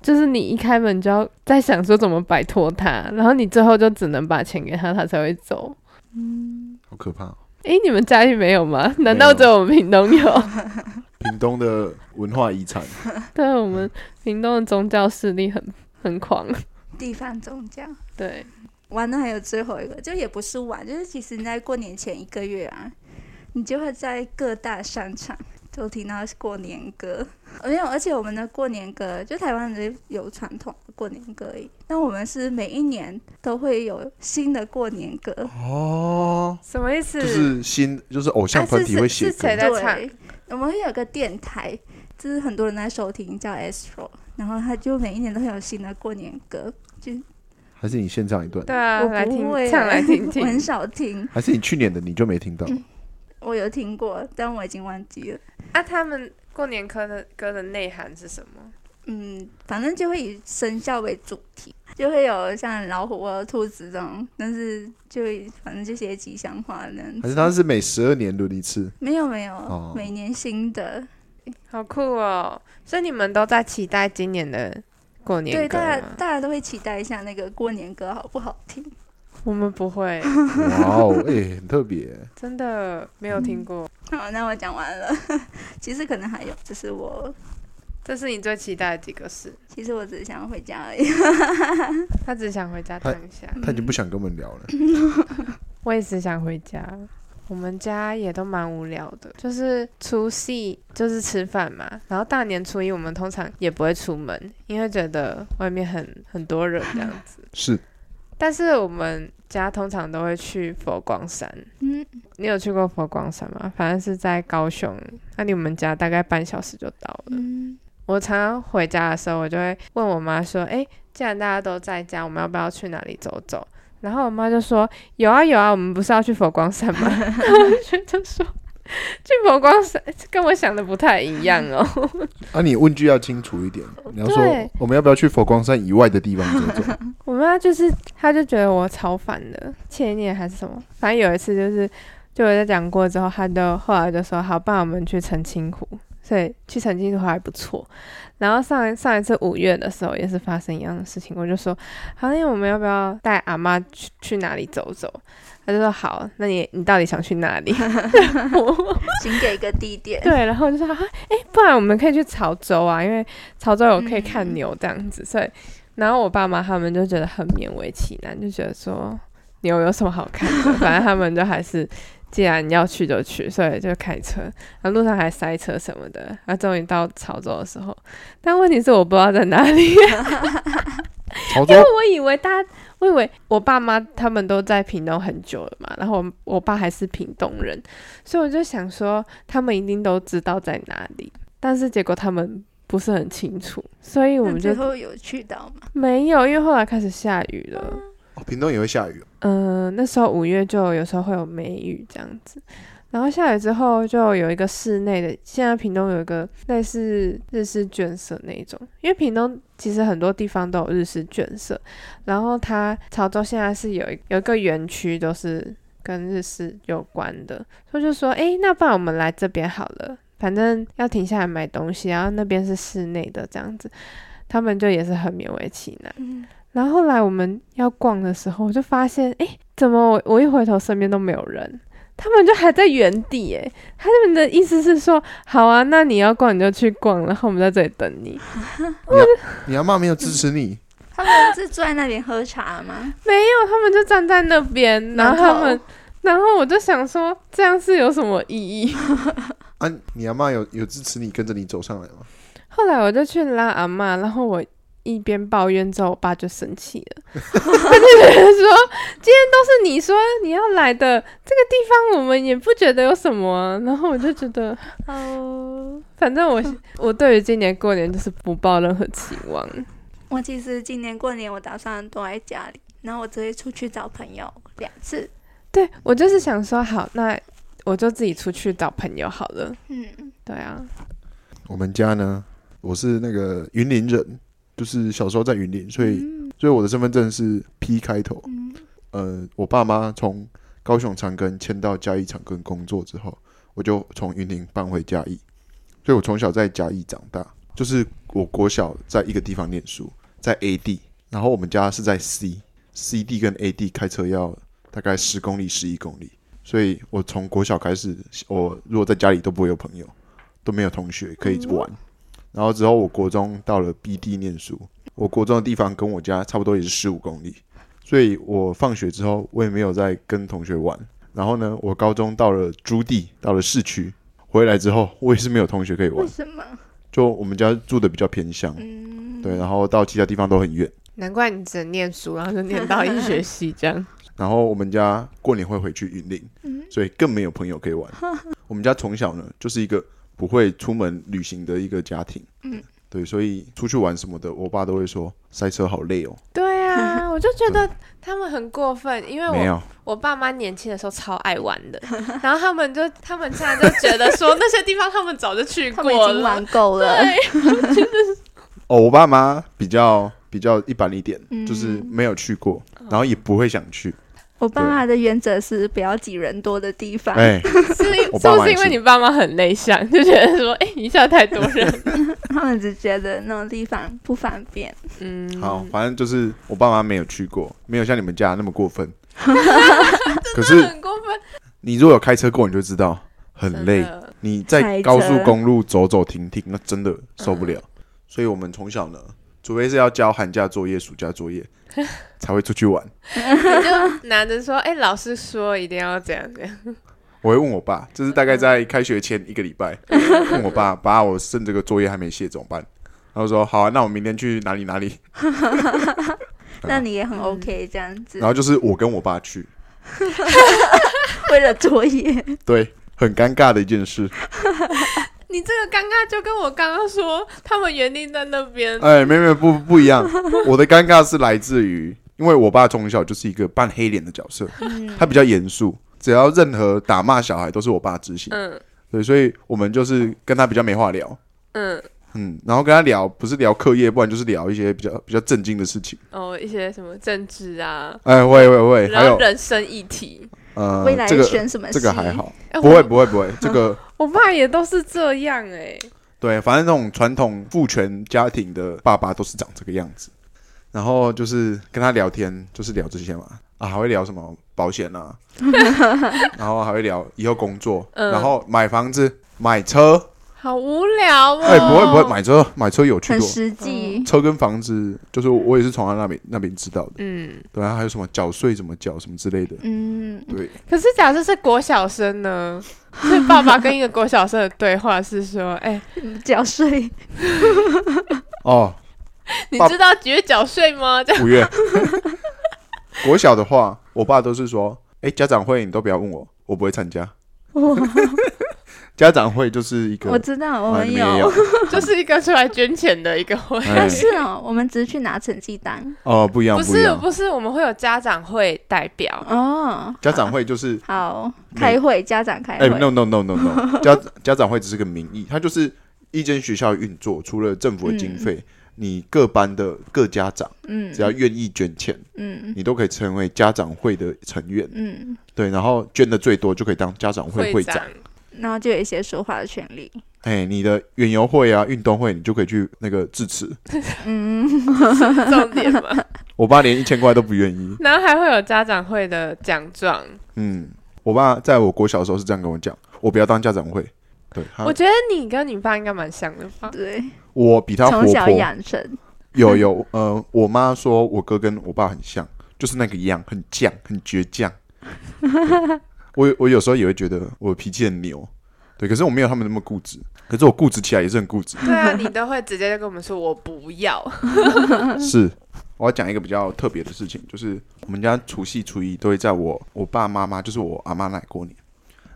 B: 就是你一开门就要在想说怎么摆脱他，然后你最后就只能把钱给他，他才会走。
A: 好可怕哦！
B: 诶，你们家里没有吗？难道只有我们屏东有？
A: 屏东的文化遗产，
B: 对我们屏东的宗教势力很很狂，
C: 地方宗教。
B: 对，
C: 玩的还有最后一个，就也不是玩，就是其实你在过年前一个月啊，你就会在各大商场都听到过年歌。没有，而且我们的过年歌，就台湾人有传统的过年歌而已，但我们是每一年都会有新的过年歌。
A: 哦，
B: 什么意思
A: 就是新，就是偶像团体会写
B: 是
A: 歌，
B: 谁在唱？
C: 对，我们会有个电台，就是很多人在收听，叫 Astro，然后他就每一年都会有新的过年歌。
A: 还是你现场一段？
B: 对啊，
C: 我
B: 来
C: 不会
B: 听，
C: 欸
B: 唱来听
C: 我很
B: 听。
C: 少听，
B: 嗯
A: 还是你去年的你就没听到？
C: 我有听过，但我已经忘记了。
B: 啊，他们过年歌的歌的内涵是什么？
C: 嗯，反正就会以生肖为主题，就会有像老虎啊、兔子这种，但是就会反正就些吉祥话那样
B: 嗯
A: 还
C: 子
A: 是它是每十二年轮一次？
C: 没有没有，
A: 哦
C: 每年新的，
B: 好酷哦！所以你们都在期待今年的过年
C: 对
B: 歌
C: 大家
B: 吗？
C: 大家都会期待一下那个过年歌好不好听。
B: 我们不会，
A: 哇哦，哎、很特别。
B: 真的没有听过。
C: 好，那我讲完了， 其实可能还有，只是我
B: 这是你最期待的几个事？
C: 其实我只是想回家而已。
B: 他只想回家
A: 他
B: 躺一下，
A: 他已经不想跟我们聊
B: 嗯
A: 了。
B: 我也只想回家。我们家也都蛮无聊的，就是除夕就是吃饭嘛，然后大年初一我们通常也不会出门，因为觉得外面很很多人这样子。
A: 是
B: 但是我们家通常都会去佛光山，
C: 嗯，
B: 你有去过佛光山吗？反正是在高雄，那离我们家大概半小时就到了。
C: 嗯，
B: 我常常回家的时候，我就会问我妈说：“诶，既然大家都在家，我们要不要去哪里走走？”然后我妈就说：“有啊有啊，我们不是要去佛光山吗？”然后我就觉得说，去佛光山跟我想的不太一样哦。
A: 啊，你问句要清楚一点。你要
B: 对
A: 说我们要不要去佛光山以外的地方 走走？
B: 我妈就是，她就觉得我超烦的，欠念还是什么，反正有一次就是，就我在讲过之后，她就后来就说好，不然我们去澄清湖，所以去澄清湖还不错。然后上一上一次五月的时候也是发生一样的事情，我就说好，那我们要不要带阿妈去去哪里走走？她就说好，那你你到底想去哪里？
C: 请给个地点。
B: 对，然后我就说啊，哎、不然我们可以去潮州啊，因为潮州有可以看牛这样子，所以，然后我爸妈他们就觉得很勉为其难，就觉得说牛有什么好看的，反正他们就还是既然要去就去，所以就开车，然后路上还塞车什么的，然后终于到潮州的时候，但问题是我不知道在哪里，
A: 潮州
B: 因为我以为大家，我以为我爸妈他们都在屏东很久了嘛，然后我我爸还是屏东人，所以我就想说他们一定都知道在哪里，但是结果他们不是很清楚，所以我
C: 那
B: 们
C: 最
B: 就
C: 后有去到吗？
B: 没有，因为后来开始下雨了。
D: 哦，屏东也会下雨哦，
B: 嗯、那时候五月就有时候会有梅雨这样子，然后下雨之后就有一个室内的，现在屏东有一个类似日式眷舍那一种，因为屏东其实很多地方都有日式眷舍，然后它潮州现在是有一有一个园区都是跟日式有关的，所以就说，诶，那不然我们来这边好了，反正要停下来买东西，然后那边是室内的这样子，他们就也是很勉为其难。
C: 嗯，
B: 然后后来我们要逛的时候，我就发现，哎，怎么我我一回头身边都没有人，他们就还在原地，哎，他们的意思是说，好啊，那你要逛你就去逛，然后我们在这里等你。
A: 你阿妈没有支持你，
C: 他们是坐在那边喝茶吗？
B: 没有，他们就站在那边，然后他们，然后我就想说，这样是有什么意义？
A: 啊，你阿妈有有支持你跟着你走上来吗？
B: 后来我就去拉阿嬷，然后我一边抱怨之后，我爸就生气了， 他就觉得说今天都是你说你要来的，这个地方我们也不觉得有什么啊、然后我就觉得，哦，反正
C: 嗯
B: 我我对于今年过年就是不抱任何期 望。
C: 我其实今年过年我打算躲在家里，然后我只会出去找朋友两次。
B: 对我就是想说，好，那我就自己出去找朋友好了。
C: 嗯，
B: 对啊，
A: 我们家呢，我是那个云林人，就是小时候在云林，所以、
C: 嗯
A: 所以我的身份证是 P 开头。
C: 嗯
A: 呃，我爸妈从高雄长庚迁到嘉义长庚工作之后，我就从云林搬回嘉义，所以我从小在嘉义长大。就是我国小在一个地方念书，在 A 地，然后我们家是在 C，C 地跟 A 地开车要大概十公里、十一公里，所以我从国小开始，我如果在家里都不会有朋友，都没有同学可以玩。然后之后我国中到了 B 地念书，我国中的地方跟我家差不多也是十五公里，所以我放学之后我也没有再跟同学玩。然后呢，我高中到了朱棣，到了市区，回来之后我也是没有同学可以玩
B: 嗯
C: 为。什么？
A: 就我们家住的比较偏乡，
C: 嗯，
A: 对，然后到其他地方都很远。
B: 难怪你只能念书，然后就念到一学期这 样。
A: 然后我们家过年会回去云
B: 嗯
A: 林，所以更没有朋友可以玩。我们家从小呢就是一个不会出门旅行的一个家庭，
C: 嗯，
A: 对，所以出去玩什么的，我爸都会说塞车好累哦。
B: 对啊，我就觉得他们很过分，因为我
A: 没有，
B: 我爸妈年轻的时候超爱玩的，然后他们就他们现在就觉得说那些地方他们早就去
C: 他们已
B: 过
C: 经
B: 了，
C: 玩够了，
A: 哦，我爸妈比较比较一般一点，
C: 嗯哦
A: 就是没有去过，然后也不会想去。
C: 我爸妈的原则是不要挤人多的地方，
A: 哎、
B: 是 因
A: 我
B: 是
A: 爸
B: 不
A: 妈
B: 是
A: 也
B: 因为
A: 是
B: 你爸妈很内向，就觉得说哎、一下太多人，
C: 他们只觉得那种地方不方便。
B: 嗯，
A: 好，反正就是我爸妈没有去过，没有像你们家那么过 分。可是
B: 嗯很过分，
A: 你如果有开车过，你就知道很
B: 真
A: 累。
B: 的
A: 你在
C: 开
A: 高速
C: 车嗯
A: 公路走走停停，那真的受不了。所以我们从小呢，除非是要交寒假作业、暑假作 业，才会出去玩。
B: 你就拿着说哎、老师说一定要这样这样，
A: 我会问我爸，这是大概在开学前一个礼拜，问我爸，爸，我剩这个作业还没写，怎么办？然后说好啊，那我明天去哪里哪里。
C: 那你
B: 嗯
C: 也很 OK 这样子
A: 然，后就是我跟我爸去，
C: 为了作业，
A: 对，很尴尬的一件事。
B: 你这个尴尬就跟我刚刚说他们原定在那边，
A: 哎，没有没有，不不一样。我的尴尬是来自于，因为我爸从小就是一个扮黑脸的角色，
B: 嗯
A: 他比较严肃，只要任何打骂小孩都是我爸执行。
B: 嗯
A: 对，所以我们就是跟他比较没话聊，
B: 嗯，
A: 嗯，然后跟他聊不是聊课业，不然就是聊一些比较比较震惊的事情。
B: 哦一些什么政治啊，
A: 哎，会会会，还
B: 然后
A: 有
B: 人生议题，
A: 呃
C: 未来，
A: 这个
C: 选什么
A: 这
C: 系？
A: 个还好，
B: 哎
A: 不会
B: 我
A: 不会不 会，这个
B: 我爸也都是这样哎、
A: 对，反正那种传统父权家庭的爸爸都是长这个样子。然后就是跟他聊天，就是聊这些嘛，啊，还会聊什么保险 啊，然后还会聊以后工作，
B: 嗯
A: 然后买房子、买车，
B: 好无聊哦！
A: 哎、不会不会，，买车买车有趣
C: 很
A: 多，
C: 实际，
A: 车跟房子就是我也是从他那边那边知道的，
B: 嗯，
A: 对啊，还有什么缴税怎么缴什么之类的，
C: 嗯，
A: 对，
B: 可是假设是国小生呢？所以爸爸跟一个国小生的对话是说：“哎、
C: 嗯 缴税，
A: 哦，
B: 你
A: 爸
B: 知道几月缴税吗？”这样
A: 五月。国小的话，我爸都是说，哎、家长会你都不要问我，我不会参加。
C: 哇，
A: 家长会就是一个，
C: 我知道，我
A: 啊
C: 们
A: 你也
C: 有，
A: 有
B: 就是一个出来捐钱的一个会，
A: 哎
C: 但是哦，我们只是去拿成绩单
A: 哦，不一样，
B: 不
A: 不一
B: 是
A: 样。
B: 不是，我们会有家长会代表，
C: 哦。
A: 家长会就是，
C: 好，
A: 没
C: 开会，家长开
A: 哎、
C: 会，
A: n o no no no no，家家长会只是个名义，它就是一间学校运作，除了政府的经费，你各班的各家长
C: 嗯，
A: 只要愿意捐钱，
C: 嗯
A: 你都可以成为家长会的成员。
C: 嗯，
A: 对，然后捐的最多就可以当家长会会长
B: 长。。
C: 然后就有一些说话的权利，
A: 哎、你的远游会啊、运动会，你就可以去那个致辞。
C: 嗯，
B: 重点嘛，
A: 我爸连一千块都不愿意。
B: 然后还会有家长会的奖状。
A: 嗯，我爸在我国小的时候是这样跟我讲，我不要当家长会。对，他
B: 我觉得你跟你爸应该蛮像的吧？
C: 对，
A: 我比他活
C: 从小
A: 泼。
C: 养成，
A: 有有，呃，我妈说我哥跟我爸很像，就是那个样，很犟，很倔强。对我我有时候也会觉得我脾气很牛，对，可是我没有他们那么固执。可是我固执起来也是很固执。
B: 对啊，你都会直接就跟我们说我不要。
A: 是，我要讲一个比较特别的事情，就是我们家除夕、初一都会在我我爸妈妈，就是我阿妈那里过年。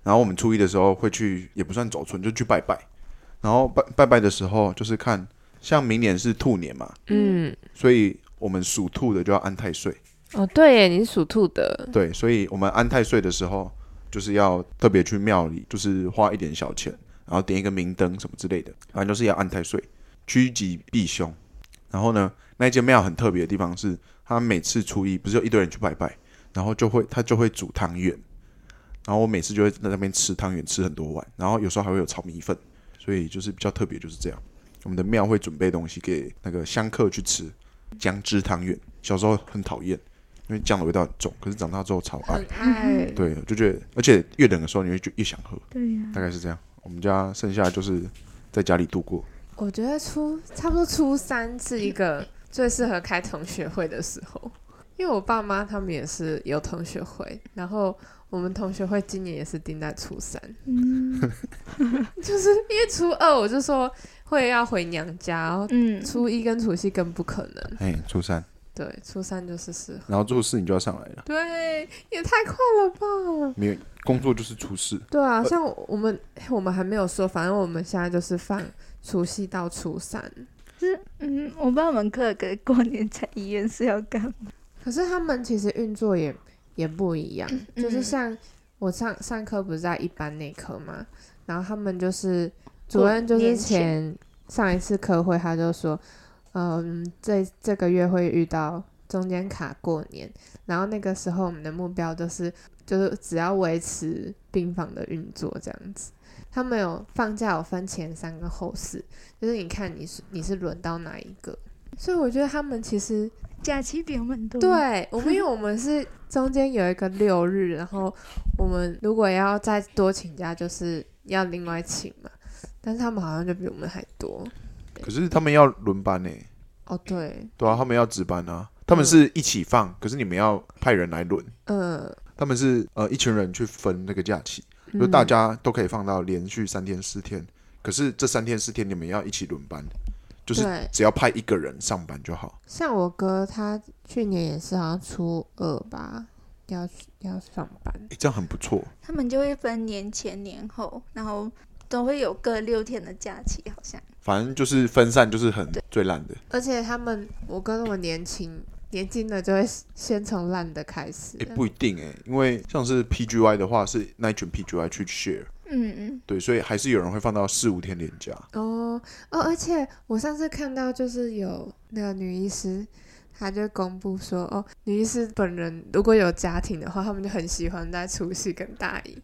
A: 然后我们初一的时候会去，也不算走村，就去拜拜。然后拜拜拜的时候，就是看，像明年是兔年嘛，
B: 嗯，
A: 所以我们属兔的就要安太岁。
B: 哦，对耶，你是属兔的，
A: 对，所以我们安太岁的时候，就是要特别去庙里，就是花一点小钱，然后点一个明灯什么之类的，反正就是要安太岁，趋吉避凶。然后呢，那间庙很特别的地方是，他每次初一不是有一堆人去拜拜，然后就会他就会煮汤圆，然后我每次就会在那边吃汤圆，吃很多碗，然后有时候还会有炒米粉，所以就是比较特别，就是这样。我们的庙会准备东西给那个香客去吃，姜汁汤圆，小时候很讨厌，因为姜的味道很重，可是长大之后啊超爱。
B: 哎，
A: 对，就觉得，而且越冷的时候，你会就越想喝，
C: 对呀，
A: 大概是这样。我们家剩下就是在家里度过。
B: 我觉得初差不多初三是一个最适合开同学会的时候，因为我爸妈他们也是有同学会，然后我们同学会今年也是定在初三，
C: 嗯
B: 就是因为初二我就说会要回娘家，然后
C: 嗯，
B: 初一跟除夕更不可能，
A: 哎、初三，
B: 对，初三就是适合。
A: 然后初四你就要上来了，
B: 对，也太快了吧！
A: 没有工作就是初四。
B: 对啊，
A: 呃
B: 像我们哎我们还没有说，反正我们现在就是放除夕到初三，
C: 是嗯，我不知道我们克哥过年在医院是要干嘛，
B: 可是他们其实运作也也不一样，就是像我上上课不是在一班那科嘛，然后他们就是主
C: 过
B: 任就是
C: 年
B: 前
C: 前
B: 上一次课会他就说，嗯，这这个月会遇到中间卡过年，然后那个时候我们的目标就是就是只要维持病房的运作这样子。他们有放假有分前三跟后四，就是你看你是你是轮到哪一个，所以我觉得他们其实
C: 假期比我们
B: 嗯
C: 多，，
B: 对我们，因为我们是中间有一个六日，然后我们如果要再多请假，就是要另外请嘛。但是他们好像就比我们还多
A: 可是他们要轮班呢、
B: 哦，对，
A: 对啊，他们要值班啊，他们是一起放，可是你们要派人来轮，
B: 嗯，
A: 他们是呃一群人去分那个假期，就大
B: 嗯
A: 家都可以放到连续三天四天，可是这三天四天你们要一起轮班，就是
B: 对，
A: 只要派一个人上班就好。
B: 像我哥他去年也是好像初二吧，要去要上班，
A: 诶，这样很不错，
C: 他们就会分年前年后，然后都会有各六天的假期，好像
A: 反正就是分散就是很
C: 对
A: 最烂的。
B: 而且他们我哥那么年轻，年轻的就会先从烂的开始
A: 诶，，欸不一定诶，因为像是 PGY 的话是那一群 PGY 去 share，
C: 嗯嗯，
A: 对，所以还是有人会放到四五天连假。
B: 哦哦，而且我上次看到就是有那个女医师，她就公布说，哦，女医师本人如果有家庭的话，他们就很喜欢在除夕跟大姨，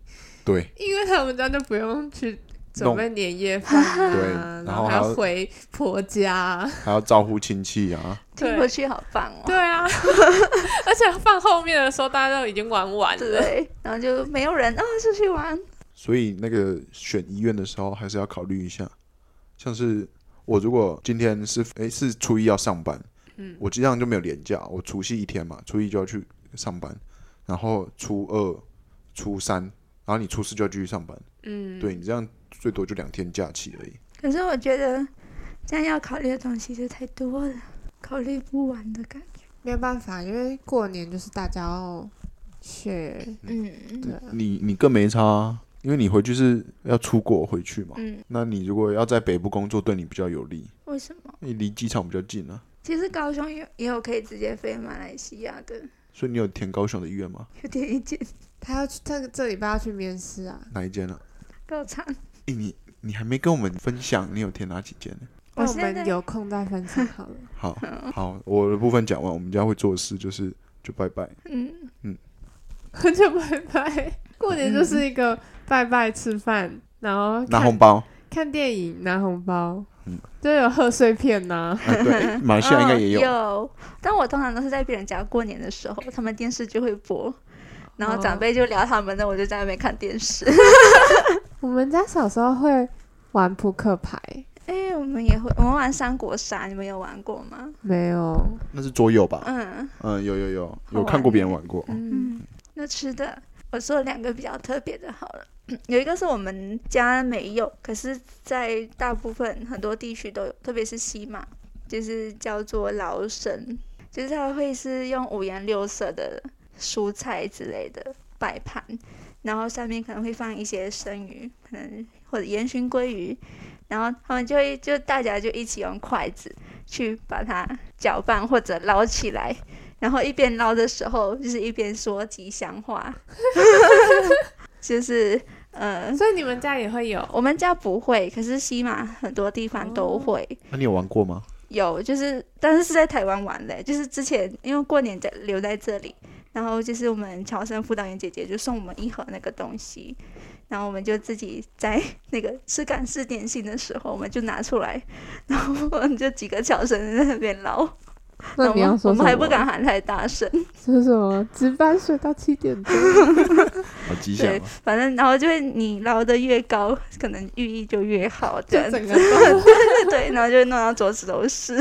A: 对，
B: 因为他们这样就不用去准
A: 弄
B: 备年夜 饭啊，
A: 对
B: 然
A: 然后
B: 还
A: 还
B: 要
A: 要
B: 回婆家啊，
A: 还要招呼亲戚啊，
C: 听过去好棒哦。
E: 对 啊，而且放后面的时候，大家都已经玩完了。
C: 对，然后就没有人啊、出去玩，
A: 所以那个选医院的时候还是要考虑一下。像是我如果今天是诶是初一要上班，嗯，我这样就没有连假，我除夕一天嘛，初一就要去上班，然后初二、初三，然后你初四就要继续上班，
F: 嗯，
A: 对你这样最多就两天假期而已。
C: 可是我觉得这样要考虑的东西就太多了，考虑不完的感觉。
B: 没有办法，因为过年就是大家要去，
C: 嗯
B: 对啊，
A: 你你更没差、啊，因为你回去是要出国回去嘛，
C: 嗯，
A: 那你如果要在北部工作，对你比较有利，
C: 为什么？
A: 你离机场比较近啊，
C: 其实高雄也也有可以直接飞马来西亚的，
A: 所以你有填高雄的医院吗？
C: 有点意见
B: 他要去这个这礼拜要去面试啊，
A: 哪一间啊？
C: 够长。
A: 欸、你你还没跟我们分享你有填哪几间呢？
B: 那
C: 我
B: 我
C: 现
B: 们
C: 在
B: 有空再分享好了。
A: 好好，我的部分讲完，我们家会做的事就是就拜拜。
C: 嗯，
F: 很久拜拜。过年就是一个拜拜、吃饭，然后
A: 拿
F: 看
A: 红包，
F: 看电影、拿红包，
A: 嗯
F: 就有贺岁片呐、
A: 啊、对，欸马来西亚应该也
C: 嗯有、
A: 有。
C: 哦有，但我通常都是在别人家过年的时候，他们电视就会播，然后
F: 哦
C: 长辈就聊他们的，我就在那边看电视。
B: 我们家小时候会玩扑克牌，
C: 哎、我们也会，我们玩三国杀，你们有玩过吗？
B: 没有，
A: 那是桌游吧？
C: 嗯
A: 嗯，有有有，
C: 好
A: 有看过别人玩过。
B: 嗯，
C: 嗯，那吃的，我说两个比较特别的，好了。有一个是我们家没有，可是在大部分很多地区都有，特别是西马，就是叫做劳神，就是它会是用五颜六色的蔬菜之类的摆盘，然后上面可能会放一些生鱼，可能或者烟熏鲑鱼，然后他们就会就大家就一起用筷子去把它搅拌或者捞起来，然后一边捞的时候就是一边说吉祥话， 就是呃。
F: 所以你们家也会有
C: 我们家不会，可是西马很多地方都会、
A: 那、你有玩过吗？
C: 有，就是但是是在台湾玩的，就是之前因为过年在留在这里，然后就是我们乔生辅导员姐姐就送我们一盒那个东西，然后我们就自己在 那个吃港式点心的时候，我们就拿出来，然后我们就几个乔生在那边捞，
B: 那
C: 然后
B: 你要说
C: 我们还
B: 什么啊
C: 不敢喊太大声，
B: 说什么？值班睡到七点 钟，
A: 好吉祥
C: 对
A: 啊！，
C: 反正然后就是你捞的越高，可能寓意就越好，这样
F: 就
C: 子
F: 整个 都
C: 对，然后就会弄到桌子都是。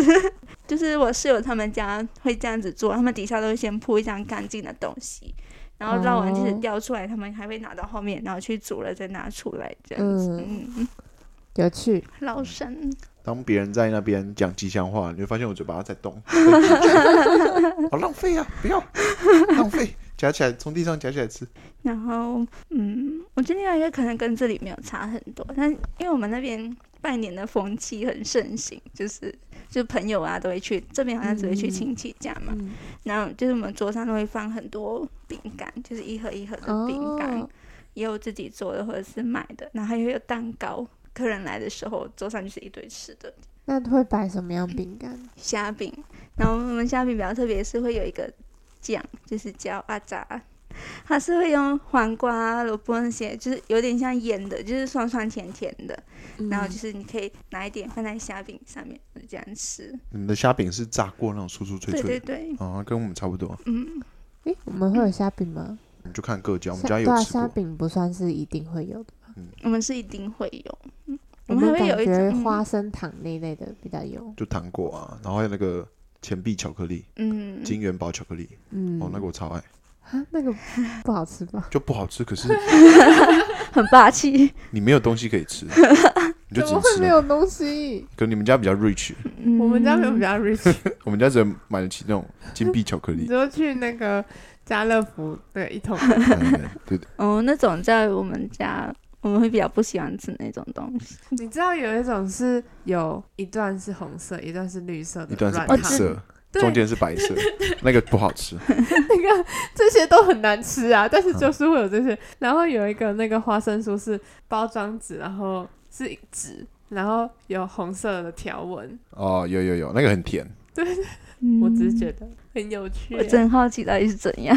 C: 就是我室友他们家会这样子做，他们底下都会先铺一张干净的东西，然后捞完即使
B: 哦
C: 掉出来，他们还会拿到后面，然后去煮了再拿出来这样子。
B: 嗯，
C: 嗯，
B: 有趣，
C: 捞生，
A: 当别人在那边讲吉祥话，你会发现我嘴巴在 动，好浪费啊！不要浪费，夹起来从地上夹起来吃。
C: 然后嗯，我觉得另外一个可能跟这里没有差很多，但因为我们那边拜年的风气很盛行，就是就是朋友啊都会去，这边好像只会去亲戚家嘛。
G: 嗯
C: 然后就是我们桌上都会放很多饼干，就是一盒一盒的饼干，
G: 哦
C: 也有自己做的或者是买的，然后也有蛋糕。客人来的时候，桌上就是一堆吃的
G: 那会摆什么样饼干？
C: 虾饼。然后我们虾饼比较特别，是会有一个酱，就是叫阿扎，它是会用黄瓜、萝卜那些，就是有点像腌的，就是酸酸甜甜的。
B: 嗯
C: 然后就是你可以拿一点放在虾饼上面，就这样吃。
A: 你们的虾饼是炸过那种酥酥脆
C: 对
A: 脆
C: 对
A: 的，
C: 对，
A: 啊，跟我们差不多。
C: 嗯，
G: 诶，我们会有虾饼吗？
A: 我们就看各家，我们
G: 虾
A: 家有
G: 对啊，
A: 吃
G: 虾
A: 过。
G: 饼不算是一定会有的，
C: 我们是一定会有，嗯，我
G: 我
C: 们
G: 们
C: 还会
G: 感
C: 有一
G: 觉
C: 种嗯
G: 花生糖那一类的比较有。
A: 就糖果啊，然后还有那个钱币巧克力、
C: 嗯，
A: 金元宝巧克力，
G: 嗯，
A: 哦，那个我超爱，
G: 啊，那个不好吃吧？
A: 就不好吃，可是
C: 很霸气，
A: 你没有东西可以吃，你
G: 怎
A: 就只
G: 么会
A: 能吃
G: 没
A: 那个。
G: 有东西？
A: 可你们家比较 rich，
C: 嗯
B: 我们家没有 比较 rich，
A: 我们家只能买得起那种金币巧克
B: 你
A: 力。
B: 就去那个家乐福对一桶，
A: 嗯对对，
C: 哦，那种在我们家我们会比较不喜欢吃那种东西，
B: 你知道有一种是有一段是红色，一段是绿色的
A: 一段是
B: 软
A: 白
B: 糖
G: 哦
A: 色，
B: 对
A: 中间是白 色，那个不好吃。
B: 那个这些都很难吃啊，但
A: 嗯
B: 是就是会有这些。然后有一个那个花生酥是包装纸，然后是纸，然后有红色的条纹，
A: 哦，有有有，那个很甜，
B: 我只是觉得很有趣、啊
C: 嗯我真好奇到底是怎样，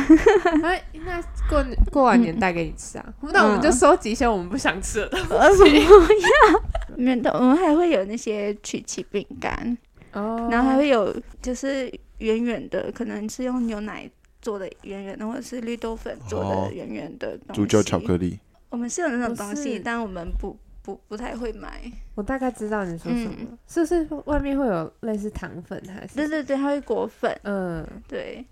B: 哎，那过年过完年带给你吃啊？ 那我们就收集一些我们不想吃的东西。
C: 呃没有，我们还会有那些曲奇饼干，
B: 哦
C: 然后还会有就是圆圆的，可能是用牛奶做的圆圆的，或者是绿豆粉做
A: 哦
C: 的圆圆的东西，
A: 猪脚巧克力。
C: 我们是有那种
B: 不
C: 东
B: 是
C: 西，但我们不不不太会买。
B: 我大概知道你说什么，
C: 嗯
B: 是不是外面会有类似糖粉还是？
C: 对对对，它会裹粉，
B: 嗯，
C: 对，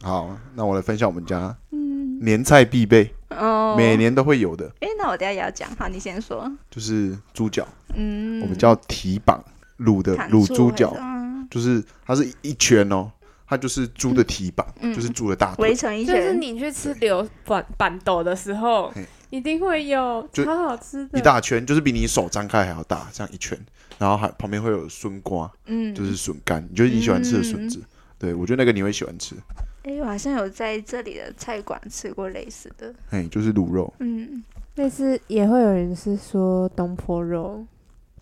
A: 好，那我来分享我们家
C: 嗯，
A: 年菜必备，
C: 哦，
A: 每，年都会有的，
C: 哎，那我等一下也要讲，好，你先说，
A: 就是猪脚，
C: 嗯，
A: 我们叫蹄膀卤的
C: 糖
A: 卤
C: 醋
A: 猪
C: 还
A: 脚
C: 是，嗯，
A: 就是它是一一圈哦，它就是猪的蹄膀，
C: 嗯
A: 就是猪的大
C: 围
A: 腿，
C: 成一
B: 就是
C: 圈，
B: 你去吃柳板板豆的时候
A: 嘿，
B: 一定会有
A: 就
B: 超好吃的。
A: 一大圈，就是比你手张开还要大，这样一圈，然后还旁边会有笋瓜，
C: 嗯，
A: 就是笋干，就是你喜欢吃的笋子。对，我觉得那个你会喜欢吃，
C: 哎，我好像有在这里的菜馆吃过类似的，
A: 嘿，就是卤肉。
C: 嗯，
G: 类似也会有人是说东坡肉，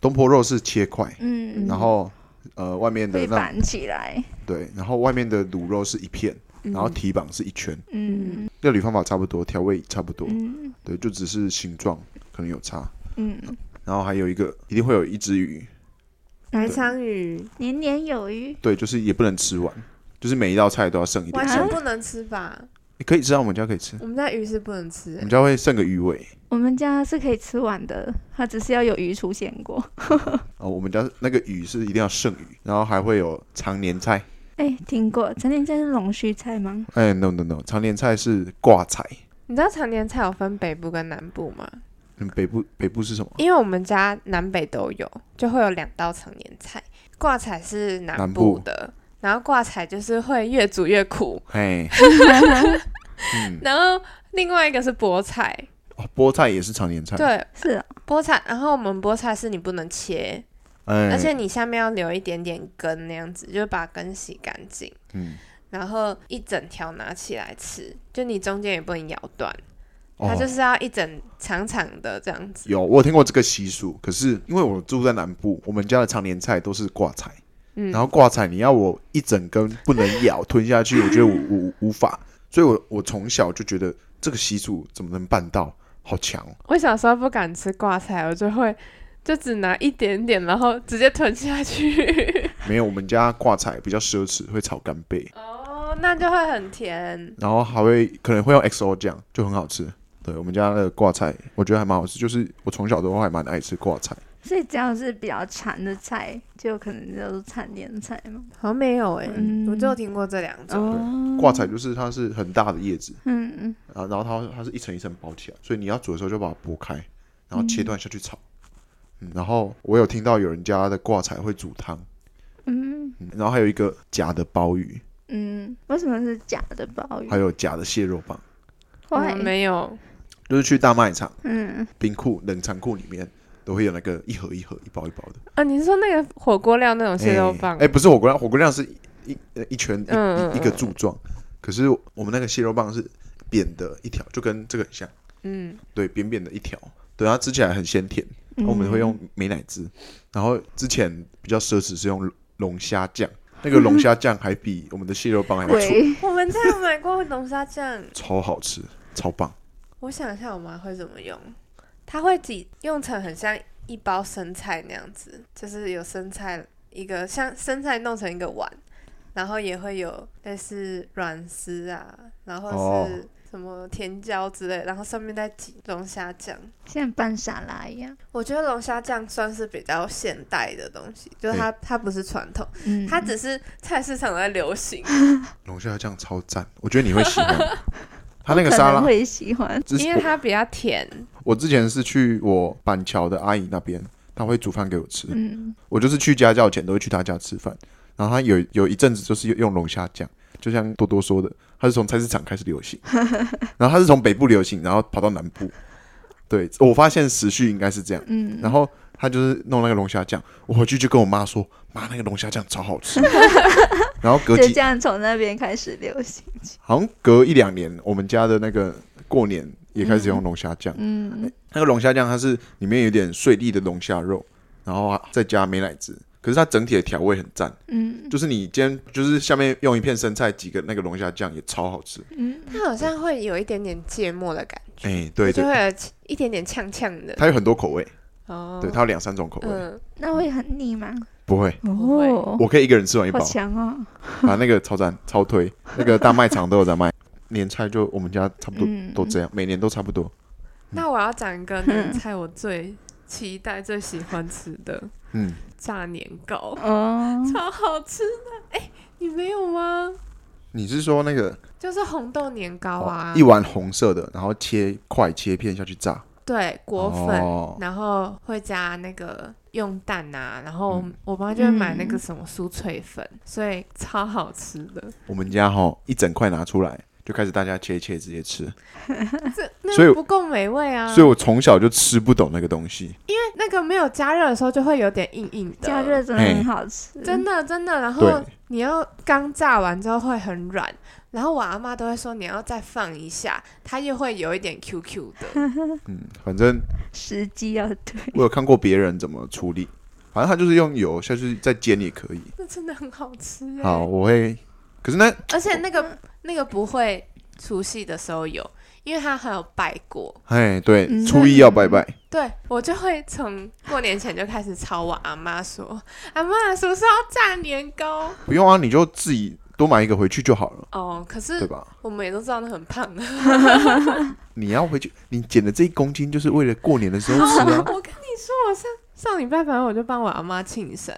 A: 东坡肉是切块，
C: 嗯，
A: 然后呃外面的
C: 会
A: 那
C: 绑起来，
A: 对，然后外面的卤肉是一片，
B: 嗯
A: 然后蹄膀是一圈，
C: 嗯
A: 料理方法差不多，调味差不多，
C: 嗯
A: 对，就只是形状可能有差。
C: 嗯，
A: 然后还有一个一定会有一只鱼，
B: 白鲳鱼
C: 年年有余，
A: 对，就是也不能吃完，就是每一道菜都要剩一点
B: 完
A: 点。
B: 全不能吃吧？
A: 你可以吃啊，我们家可以吃，
B: 我们家鱼是不能吃、
A: 我
B: 欸
A: 们，家会剩个鱼尾
C: 我们家是可以吃完的，它只是要有鱼出现过。
A: 哦，我们家那个鱼是一定要剩鱼，然后还会有常年菜。
C: 哎，听过常年菜是龙须菜吗？
A: 哎，no no no，常年菜是挂菜。
B: 你知道常年菜有分北部跟南部吗？
A: 嗯，北部北部是什么？
B: 因为我们家南北都有，就会有两道常年菜，挂彩是南
A: 南
B: 部
A: 部
B: 的，然后挂彩就是会越煮越苦，
A: 嘿，嗯，
B: 然后另外一个是菠菜，
A: 哦，菠菜也是常年菜。，
B: 对，
C: 是啊，
B: 菠菜，然后我们菠菜是你不能切，
A: 哎，
B: 而且你下面要留一点点根那样子，就是把根洗干净，
A: 嗯，
B: 然后一整条拿起来吃，就你中间也不能咬断，它
A: 哦
B: 就是要一整长长的这样子，
A: 有我有听过这个习俗，可是因为我住在南部，我们家的常年菜都是挂菜。
B: 嗯
A: 然后挂彩，你要我一整根不能咬吞下去，我觉得我我无法，所以我我从小就觉得这个习俗怎么能办到，好强哦！
B: 我小时候不敢吃挂菜，我就会就只拿一点点，然后直接吞下去。
A: 没有，我们家挂彩比较奢侈，会炒干贝，
B: 哦，那就会很甜。
A: 然后还会可能会用 XO 酱，就很好吃。对我们家的挂菜，我觉得还蛮好吃，就是我从小都还蛮爱吃挂菜。
C: 所以只要是比较馋的菜，就可能叫做馋年菜嘛。
B: 好像没有哎、
C: 嗯
B: 我就听过这两种。
C: 哦
A: 挂彩就是它是很大的叶子，
C: 嗯嗯，
A: 然后然后它它是一层一层包起来，所以你要煮的时候就把它剥开，然后切断下去炒。嗯，然后我有听到有人家的挂彩会煮汤，
C: 嗯
A: 嗯然后还有一个假的鲍鱼，
C: 嗯，为什么是假的鲍鱼？
A: 还有假的蟹肉棒，
B: 我
C: 哇
B: 嗯们没有，
A: 就是去大卖场
C: 嗯
A: 冰库冷藏库里面，都会有那个一盒一盒、一包一包的
B: 啊，你是说那个火锅料那种蟹肉棒？
A: 哎、哎不是火锅料，火锅料是一呃一一圈一、
B: 嗯
A: 一一个柱状，可是我们那个蟹肉棒是扁的一条，就跟这个很像，
B: 嗯，
A: 对，扁扁的一条，对，它吃起来很鲜甜。然
C: 嗯
A: 后我们会用美乃滋，然后之前比较奢侈是用龙龙虾酱，那个龙虾酱还比我们的蟹肉棒还要粗，
C: 鬼，
B: 我们家有买过龙虾酱，
A: 超好吃，超棒。
B: 我想一下我妈会怎么用，她会挤用成很像一包生菜那样子，就是有生菜一个像生菜弄成一个碗，然后也会有类似软丝啊，然后
A: 哦
B: 是什么甜椒之类，然后上面再挤龙虾酱。
C: 像拌沙拉一样。
B: 我觉得龙虾酱算是比较现代的东西，就是它、它不是传统，
C: 嗯，
B: 它只是菜市场在流行，
A: 龙虾酱超赞，我觉得你会喜欢。 它那个
C: 可
A: 沙
C: 能
A: 拉，
C: 会喜欢。
A: 之
B: 因
A: 前
B: 为
A: 我
B: 它比较甜。
A: 我之前是去我板桥的阿姨那边，她会煮饭给我吃，
C: 嗯，
A: 我就是去家教前都会去她家吃饭。然后她有有一阵子就是用龙虾酱，就像多多说的，她是从菜市场开始流 行，然后她是从北部流行，然后跑到南部。对，我发现时序应该是这样。
C: 嗯
A: 然后他就是弄那个龙虾酱，我回去就跟我妈说，妈那个龙虾酱超好吃。 然后隔
C: 就
A: 几
C: 这样从那边开始流行。
A: 好像隔一两年，我们家的那个过年也开始用龙虾酱。
C: 嗯，
A: 那个龙虾酱它是里面有点碎粒的龙虾肉，然后再加美乃滋，可是它整体的调味很赞。
C: 嗯
A: 就是你今天就是下面用一片生菜挤个那个龙虾酱也超好吃。
C: 嗯，
B: 它好像会有一点点芥末的感嗯觉，
A: 哎、对
B: 就
A: 对，
B: 会有一点点呛呛的。
A: 它有很多口味，
B: 哦，
A: 对，它有两三种口味，
B: 嗯，
C: 那会很腻吗？
A: 不会，
B: 不会
C: 哦，
A: 我可以一个人吃完一
C: 好
A: 包。
C: 强哦。
A: 啊，那个超赞，超推，那个大卖场都有在卖。年菜就我们家差不多
C: 嗯
A: 都这样，每年都差不多。
B: 那我要讲一个年菜，我最期待、最喜欢吃的
A: 嗯，
B: 炸年糕，
C: 哦，
B: 超好吃的。哎，你没有吗？
A: 你是说那个、
B: 就是红豆年糕啊，
A: 哦一碗红色的，然后切块切片下去炸？
B: 对果粉，
A: 哦、
B: 然后会加那个用蛋啊，然后
A: 嗯
B: 我妈就会买那个什么酥脆粉，所以超好吃的。
A: 我们家哈一整块拿出来，就开始大家切一切直接吃。
B: 这那
A: 所以
B: 个不够美味啊，
A: 所以我从小就吃不懂那个东西。
B: 那个没有加热的时候就会有点硬硬的，
C: 加热真的很好吃，
B: 真的真的，然后
A: 对
B: 你要刚炸完之后会很软，然后我阿妈都会说你要再放一下，它又会有一点 QQ 的。
A: 嗯，反正
C: 时机要对。
A: 我有看过别人怎么处理，反正他就是用油下去再煎也可以。
B: 那真的很好吃哎、
A: 好，我会。可是那
B: 而且那个那个不会除夕的时候有，因为它还有拜过。
A: 哎，对，
C: 嗯
A: 初一要拜拜。
B: 对我就会从过年前就开始吵我阿妈说， 阿妈什么时候要炸年糕？
A: 不用啊，你就自己多买一个回去就好了，
B: 哦，可
A: 对
B: 是
A: 吧？
B: 我们也都知道那很胖啊的。
A: 你要回去，你减的这一公斤就是为了过年的时候吃啊。
B: 我跟你说，我上上礼拜反正我就帮我阿妈庆生，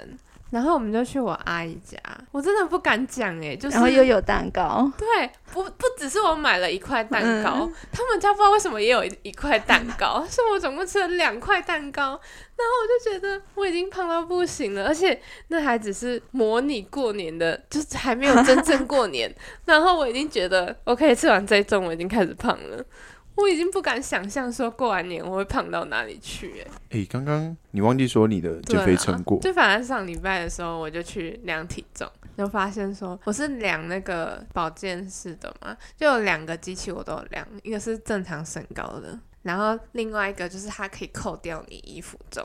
B: 然后我们就去我阿姨家，我真的不敢讲哎、就是
C: 然后又有蛋糕，
B: 对，不不只是我买了一块蛋糕，
C: 嗯
B: 他们家不知道为什么也有一一块蛋糕， 是我总共吃了两块蛋糕，然后我就觉得我已经胖到不行了，而且那还只是模拟过年的，就是还没有真正过年， 然后我已经觉得我可以吃完这一顿，我已经开始胖了。我已经不敢想象说过完年我会胖到哪里去、哎。
A: 哎、刚刚你忘记说你的
B: 对
A: 减肥
B: 啦
A: 成果，
B: 就反正上礼拜的时候，我就去量体重，就发现说我是量那个保健室的嘛，就有两个机器我都有量，一个是正常身高的，然后另外一个就是它可以扣掉你衣服重，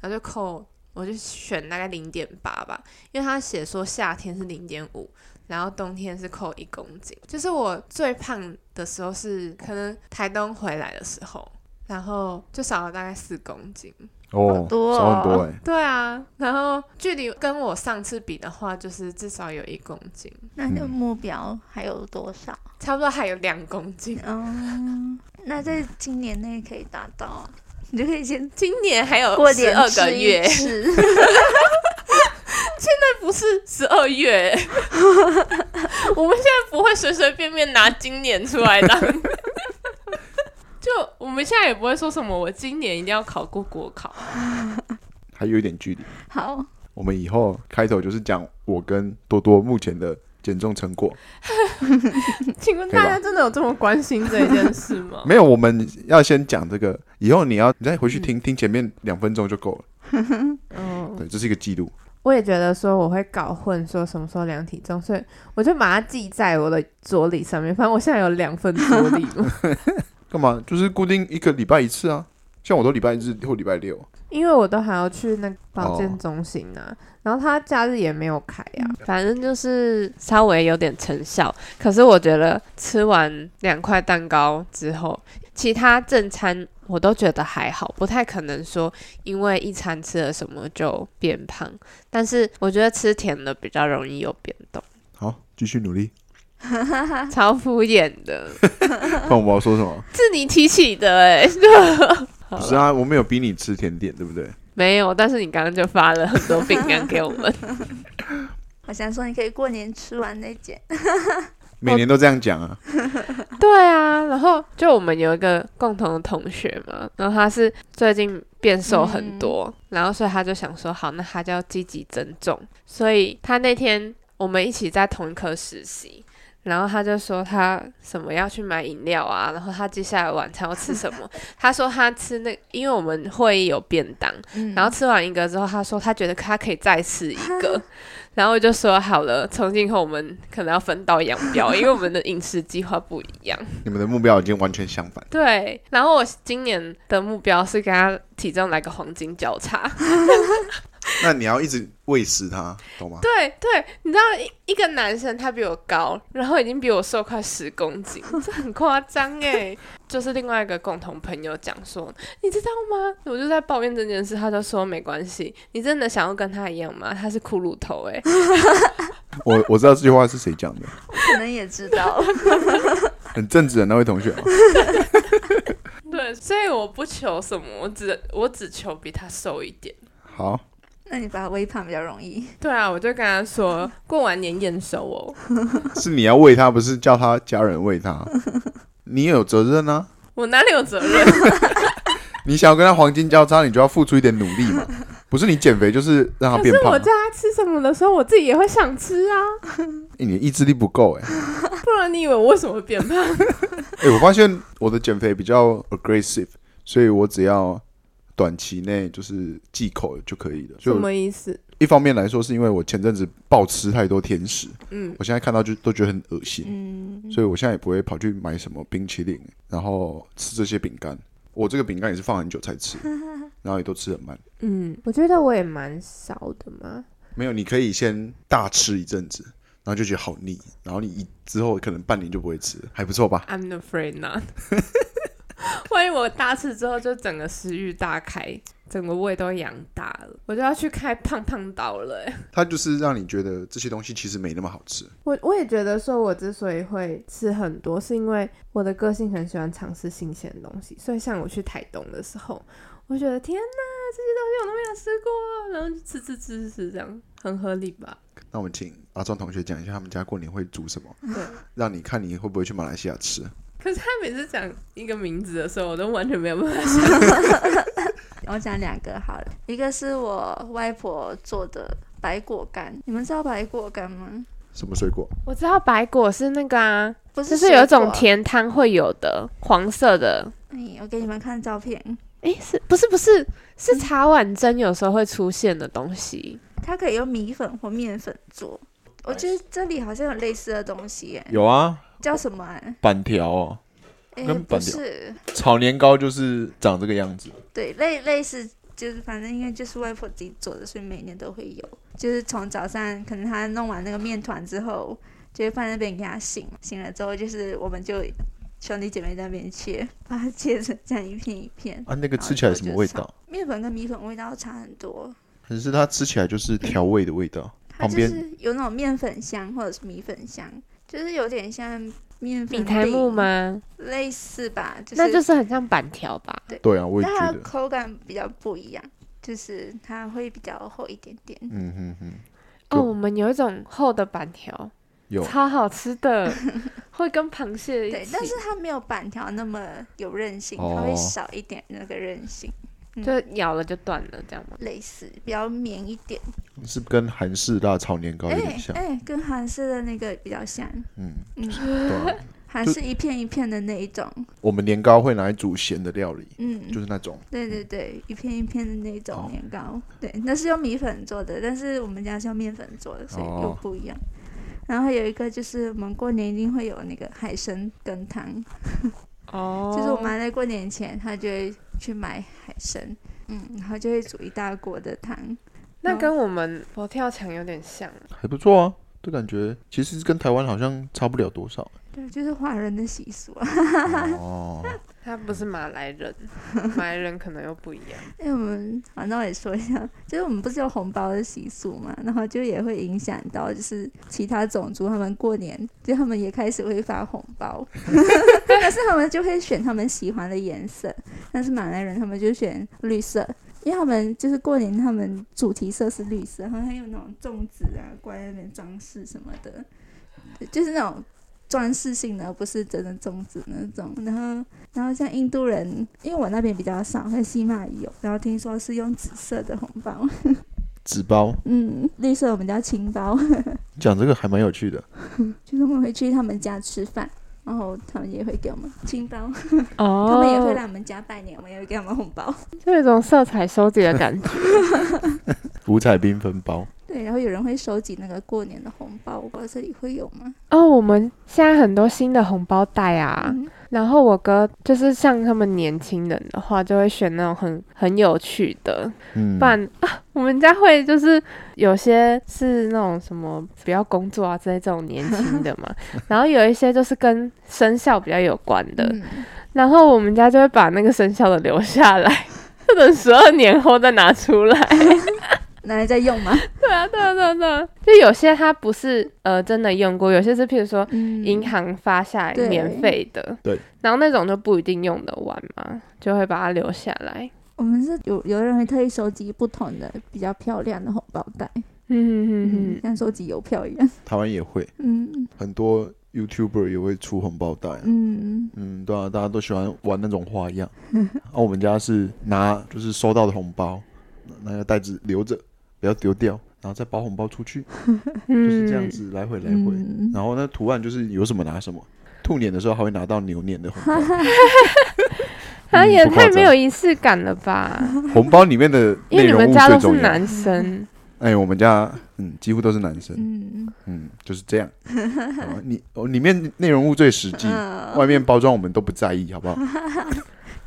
B: 然后就扣。我就选大概零点八吧，因为它写说夏天是零点五，然后冬天是扣一公斤。就是我最胖的时候是可能台东回来的时候，然后就少了大概四公斤。
A: 哦
C: 多哦
A: 少很多哎、
B: 对啊，然后距离跟我上次比的话，就是至少有一公斤，
C: 那你的目标还有多少？
B: 差不多还有两公斤。
C: 嗯，那在今年内可以达到，你就可以先
B: 今年还有
C: 过
B: 十
C: 点
B: 二个月，
C: 吃 一吃
B: 那不是十二月。我们现在不会随随便便拿今年出来 当。就我们现在也不会说什么，我今年一定要考过国考。
A: 还有一点距离。
C: 好，
A: 我们以后开头就是讲我跟多多目前的减重成果。
B: 请问
A: 可以吧
B: 大家真的有这么关心这件事吗？
A: 没有，我们要先讲这个，以后你要你再回去听、听前面两分钟就够了。
B: 嗯，
A: 对，这是一个记录。
B: 我也觉得说我会搞混，说什么时候量体重，所以我就把它记在我的桌历上面。反正我现在有两份桌 历嘛，
A: 干嘛？就是固定一个礼拜一次啊，像我都礼拜日或礼拜六。
B: 因为我都还要去那个保健中心啊，然后他假日也没有开啊。反正就是稍微有点成效，可是我觉得吃完两块蛋糕之后，其他正餐我都觉得还好，不太可能说因为一餐吃了什么就变胖。但是我觉得吃甜的比较容易有变动，
A: 好，继续努 力。
B: 超敷衍的，
A: 看我们要说什么？
B: 是你提起的哎、 好
A: 不
B: 了
A: 是啊，我没有逼你吃甜点，对不对？
B: 没有，但是你刚刚就发了很多饼干给我们。
C: 我想说，你可以过年吃完那件，
A: 每年都这样讲啊。
B: 对啊，然后就我们有一个共同的同学嘛，然后他是最近变瘦很多，然后所以他就想说，好，那他就要积极增重。所以他那天我们一起在同一科实习，然后他就说他什么要去买饮料啊，然后他接下来晚餐要吃 什么？他说他吃那，因为我们会议有便当，
C: 嗯
B: 然后吃完一个之后，他说他觉得他可以再吃一个， 然后我就说好了，从今以后我们可能要分道扬镳，因为我们的饮食计划不一样。
A: 你们的目标已经完全相反。
B: 对，然后我今年的目标是跟他体重来个黄金交叉。
A: 那你要一直喂食它，懂吗？
B: 对对，你知道一一个男生他比我高，然后已经比我瘦快十公斤，这很夸张哎。就是另外一个共同朋友讲说，你知道吗？我就在抱怨这件事，他就说没关系，你真的想要跟他一样吗？他是骷髅头哎。
A: 我我知道这句话是谁讲的，
C: 可能也知道 了。
A: 很正直的那位同学、啊。
B: 对，所以我不求什么，我只我只求比他瘦一点。
A: 好，
C: 那你把它微胖比较容易。
B: 对啊，我就跟他 说过完年验收哦，
A: 是你要喂它，不是叫他家人喂 它。你也有责任啊！
B: 我哪里有责任？
A: 你想要跟他黄金交叉，你就要付出一点努力嘛。不是你减肥，就是让他变胖啊。
B: 他吃什么的时候，我自己也会想吃 啊，
A: 欸你的意志力不够哎、欸。
B: 不然你以为我为什么会变胖？
A: 哎、我发现我的减肥比较 aggressive，所以我只要短期内就是忌口就可以了。
B: 什
A: 就
B: 么意思？
A: 一方面来说，是因为我前阵子暴吃太多甜食，
B: 嗯，
A: 我现在看到就都觉得很恶心，
C: 嗯，
A: 所以我现在也不会跑去买什么冰淇淋，然后吃这些饼干。我这个饼干也是放很久才 吃，然后也都吃很慢。
B: 嗯，我觉得我也蛮少的嘛。
A: 没有，你可以先大吃一阵子，然后就觉得好腻，然后你一之后可能半年就不会吃了，还不错吧？
B: I'm afraid not 。万一我大吃之后就整个食欲大开，整个胃都养大了，我就要去开胖胖岛了欸、
A: 它就是让你觉得这些东西其实没那么好吃。
B: 我我也觉得说，我之所以会吃很多，是因为我的个性很喜欢尝试新鲜的东西。所以像我去台东的时候，我觉得天哪，这些东西我都没有吃过，然后就吃吃吃吃吃，这样很合理吧？
A: 那我们请阿庄同学讲一下他们家过年会煮什么，
B: 对。
A: 让你看你会不会去马来西亚吃。
B: 可是他每次讲一个名字的时候，我都完全没有办法。
C: 我讲两个好了，一个是我外婆做的白果干，你们知道白果干吗？
A: 什么水果？
B: 我知道白果是那个啊，
C: 不是，
B: 就是有一种。甜汤会有的黄色的，
C: 哎，我给你们看照片，
B: 诶，是不是不是是茶碗蒸有时候会出现的东西？
C: 它可以用米粉或面粉做。我觉得这里好像有类似的东西耶，
A: 有啊，
C: 叫什么、啊？
A: 板条哦，
C: 哎，
A: 跟
C: 不
A: 板条
C: 是，
A: 炒年糕就是长这个样子。
C: 对，类类似就是反正因为就是外婆自己做的，所以每年都会有。就是从早上可能她弄完那个面团之后，就会放在那边给她醒，醒了之后就是我们就兄弟姐妹在那边切，把它切成这样一片一片。
A: 啊，那个
C: 然后
A: 吃起来
C: 就
A: 什么味
C: 就
A: 道？
C: 面粉跟米粉味道差很多，
A: 可是它吃起来就是调味的味道，
C: 它
A: 旁
C: 就
A: 边
C: 是有那种面粉香或者是米粉香，就是有点像面粉
B: 米苔
C: 饼
B: 木吗？
C: 类似吧，就是
B: 那就是很像板条吧？
A: 对啊，我也
C: 但它
A: 觉
C: 的
A: 得，
C: 口感比较不一样，就是它会比较厚一点点。
A: 嗯哼哼，
B: 哦，
A: 就
B: 我们有一种厚的板条，
A: 有
B: 超好吃的， 会跟螃蟹一
C: 对
B: 起，，
C: 但是它没有板条那么有韧性，它
A: 哦
C: 会少一点那个韧性，
B: 嗯就咬了就断了，这样吗？
C: 类似比较绵一点。
A: 是跟韩式辣炒年哦糕有点像，
C: 哎、跟韩式的那个比较像，
A: 嗯，
C: 嗯，
A: 对啊、
C: 韩
A: 就
C: 式一片一片的那一种，
A: 我们年糕会拿来煮咸的料理，
C: 嗯，
A: 就是那种，
C: 对对对，一片一片的那一
A: 哦
C: 种年糕，对，那是用米粉做的，但是我们家是用面粉做的，所以又
A: 哦
C: 不一样。然后还有一个就是我们过年一定会有那个海参羹汤，
B: 哦
C: 就是我妈在过年前，她就会去买海参，嗯，然后就会煮一大锅的汤，
B: 那跟我们佛跳墙有点像，
A: 还不错啊。就感觉其实跟台湾好像差不了多少
C: 对，就是华人的习俗啊。
A: 哦。
B: 他不是马来 人，马来人可能又不一样。
C: 哎、我们好，那我也说一下，就是我们不是有红包的习俗嘛，然后就也会影响到就是其他种族，他们过年就他们也开始会发红包，但是他们就会选他们喜欢的颜色，但是马来人他们就选绿色。因为他们就是过年，他们主题色是绿色，然后还有那种粽子啊，挂在那边装饰什么的，对就是那种装饰性的，而不是真的粽子那种。然后然后像印度人，因为我那边比较少，会西马油，然后听说是用紫色的红包，
A: 纸包
C: 嗯，绿色我们叫青包，
A: 讲这个还蛮有趣的，
C: 就是我们会去他们家吃饭，然后他们也会给我们青包，
B: 哦
C: 他们也会来我们家拜年，我们也会给他们红包。
B: 就有一种色彩收集的感觉。
A: 五彩缤纷包，
C: 对，然后有人会收集那个过年的红包，我不知道这里会有吗？
B: 哦，我们现在很多新的红包袋啊，
C: 嗯
B: 然后我哥就是像他们年轻人的话，就会选那种很很有趣的，
A: 嗯，
B: 不然、啊，我们家会就是有些是那种什么不要工作啊之类这种年轻的 嘛，然后有一些就是跟生肖比较有关的，
C: 嗯，
B: 然后我们家就会把那个生肖的留下来，就等十二年后再拿出来。
C: 拿来再用吗？
B: 对啊，对啊，对啊，对啊，就有些它不是呃真的用过，有些是譬如说
C: 嗯，
B: 银行发下来
C: 对
B: 免费的，
A: 对，
B: 然后那种就不一定用得完嘛，就会把它留下来。
C: 我们是有有人会特意收集不同的比较漂亮的红包袋，
B: 嗯
C: 嗯
B: 嗯，
C: 像收集邮票一样，
A: 台湾也会
C: 嗯
A: 很多 YouTuber 也会出红包袋啊、
C: 嗯。
A: 嗯，对啊，大家都喜欢玩那种花样。啊，我们家是拿就是收到的红包，那个袋子留着，不要丢掉，然后再包红包出去，
B: 嗯
A: 就是这样。子来回来回。
C: 嗯
A: 然后那图案就是有什么拿什么，兔年的时候还会拿到牛年的红包，
B: 啊，
A: 嗯
B: 也
A: 不夸
B: 太没有
A: 张
B: 仪式感 了吧？
A: 红包里面的
B: 因
A: 内
B: 为你
A: 容
B: 们
A: 物
B: 家
A: 最
B: 都是
A: 重要。
B: 男生，
A: 哎，我们家嗯几乎都是男生，
C: 嗯，
A: 嗯就是这样。好吧你哦里面内容物最实际，
C: 嗯
A: 外面包装我们都不在意，好不好？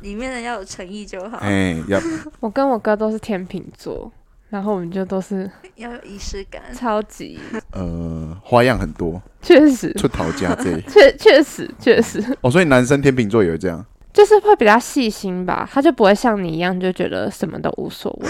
C: 里面的要有诚意就好，
A: 哎呀，
B: 我跟我哥都是天秤座，然后我们就都 是
C: 要有仪式感。啊
B: 超级，
A: 呃，花样很多，
B: 确 实，
A: 出逃家这。
B: 确确实确实，
A: 哦，所以男生天秤座也会这样。
B: 就是会比较细心吧，他就不会像你一样就觉得什么都无所 谓，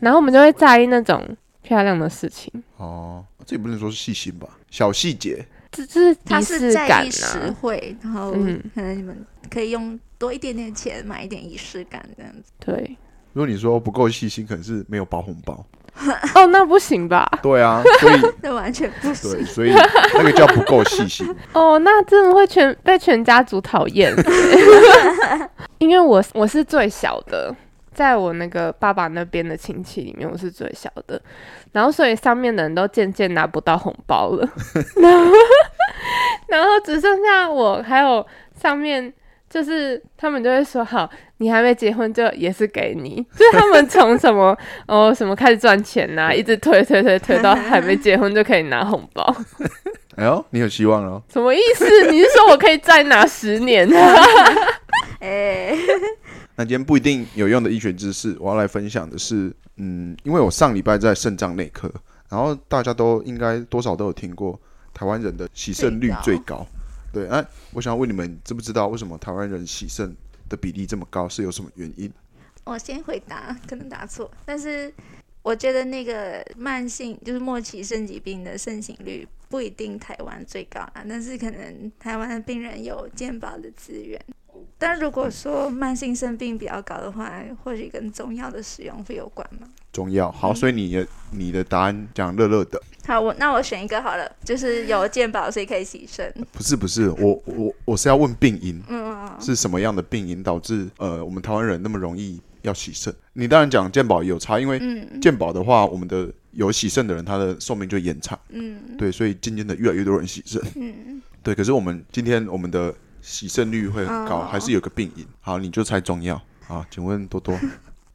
B: 然后我们就会在意那种 漂亮的事情，
A: 哦，这也不能说是细心吧，小细节。
B: 这这是
C: 他
B: 仪
C: 是
B: 式
C: 在
B: 感
C: 意实
B: 啊。
C: 惠，然后
B: 嗯
C: 可能你们可以用多一点点钱买一点仪式感这样子。
B: 对，
A: 如果你说不够细心，可能是没有包红 包。
B: 哦，那不行吧？
A: 对啊，所以
C: 那完全不行，
A: 对，所以那个叫不够细心。
B: 哦，那真的会全被全家族讨厌， 因为我我是最小的，在我那个爸爸那边的亲戚里面，我是最小的，然后所以上面的人都渐渐拿不到红包了， 然后然后只剩下我还有上面。就是他们就会说好，你还没结婚就也是给你，就是他们从什么哦什么开始赚钱呐、一直推推推推到还没结婚就可以拿红包，
A: 哎呦，你有希望了。
B: 什么意思？你是说我可以再拿十 年？
C: 哎，
A: 那今天不一定有用的医学知识，我要来分享的是，嗯，因为我上礼拜在肾脏内科，然后大家都应该多少都有听过台湾人的洗肾率最
C: 最
A: 高。对，哎、我想要问你们知不知道为什么台湾人洗肾的比例这么高，是有什么原因？
C: 我先回答，可能答错，但是我觉得那个慢性就是末期肾疾病的盛行率不一定台湾最高啊，但是可能台湾的病人有健保的资源。但如果说慢性肾病比较高的话，或许跟中药的使用会有关吗？
A: 中药。好，所以你的你的答案讲乐乐的，
C: 好，我那我选一个好了，就是有健保所以可以洗肾。
A: 不是不是，我我我是要问病因
C: 嗯，
A: 是什么样的病因导致呃我们台湾人那么容易要洗肾？你当然讲健保也有差，因为
C: 嗯，
A: 健保的话，我们的有洗肾的人，他的寿命就延长。
C: 嗯
A: 对，所以渐渐的越来越多人洗肾。
C: 嗯，
A: 对，可是我们今天我们的洗肾率会很高，
C: 哦
A: 还是有个病因。好，你就猜中药啊？请问多 多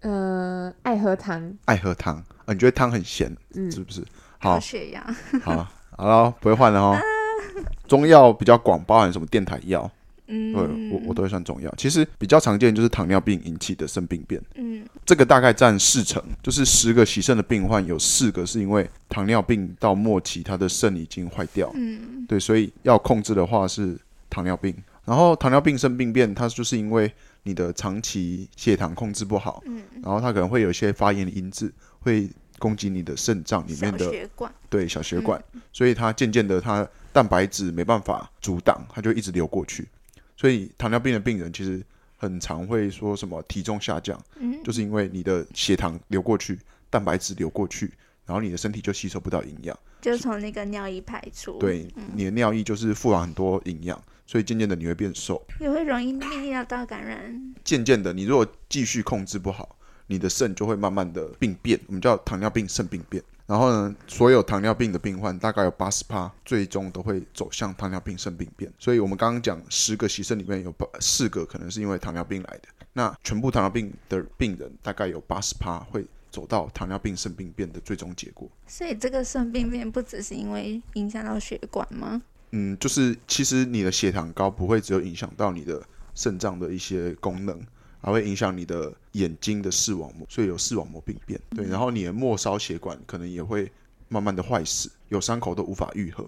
B: 呃
G: 嗯、爱喝汤，
A: 爱喝汤啊？你觉得汤很咸
G: 嗯
A: 是不是？
C: 高
A: 好，
C: 血压，
A: 好了，好了，不会换了
C: 啊
A: 哦。中药比较广，包含什么电台药，
C: 嗯，
A: 对我我都会算中药。其实比较常见就是糖尿病引起的肾病变，
C: 嗯
A: 这个大概占四成，就是十个洗肾的病患有四个是因为糖尿病到末期，他的肾已经坏掉了。
C: 嗯
A: 对，所以要控制的话是糖尿病。然后糖尿病生病变，它就是因为你的长期血糖控制不好，
C: 嗯，
A: 然后它可能会有一些发炎的因子，会攻击你的肾脏里面
C: 小
A: 的
C: 血管，
A: 对小血管，所以它渐渐的它蛋白质没办法阻挡，它就一直流过去。所以糖尿病的病人其实很常会说什么体重下降，
C: 嗯，
A: 就是因为你的血糖流过去，蛋白质流过去，然后你的身体就吸收不到营养。
C: 就从那个尿液排出，，
A: 对，你的尿液就是富含很多营养，所以渐渐的你会变瘦。
C: 也会容易泌尿道感染，
A: 渐渐的，你如果继续控制不好，你的肾就会慢慢的病变，我们叫糖尿病肾病变。然后呢，所有糖尿病的病患大概有八十趴，最终都会走向糖尿病肾病变。所以我们刚刚讲十个洗肾里面有八四个可能是因为糖尿病来的，那全部糖尿病的病人大概有八十趴会走到糖尿病肾病变的最终结果。
C: 所以这个肾病变不只是因为影响到血管吗？
A: 嗯，就是其实你的血糖高不会只有影响到你的肾脏的一些功能，还会影响你的眼睛的视网膜，所以有视网膜病变。对，然后你的末梢血管可能也会慢慢的坏死，有伤口都无法愈合。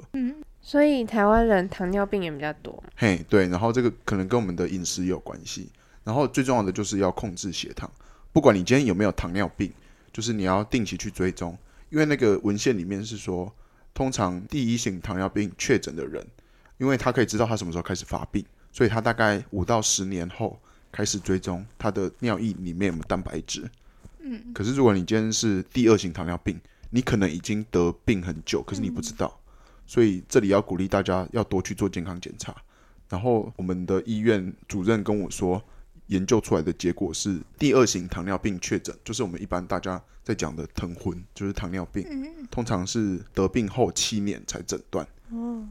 B: 所以台湾人糖尿病也比较多。
A: 嘿，对，然后这个可能跟我们的饮食也有关系，然后最重要的就是要控制血糖，不管你今天有没有糖尿病，就是你要定期去追踪，因为那个文献里面是说，通常第一型糖尿病确诊的人，因为他可以知道他什么时候开始发病，所以他大概五到十年后开始追踪他的尿液里面有没有蛋白质。嗯，可是如果你今天是第二型糖尿病，你可能已经得病很久，可是你不知道，所以这里要鼓励大家要多去做健康检查。然后我们的医院主任跟我说，研究出来的结果是第二型糖尿病确诊，就是我们一般大家在讲的疼昏，就是糖尿病，通常是得病后七年才诊断，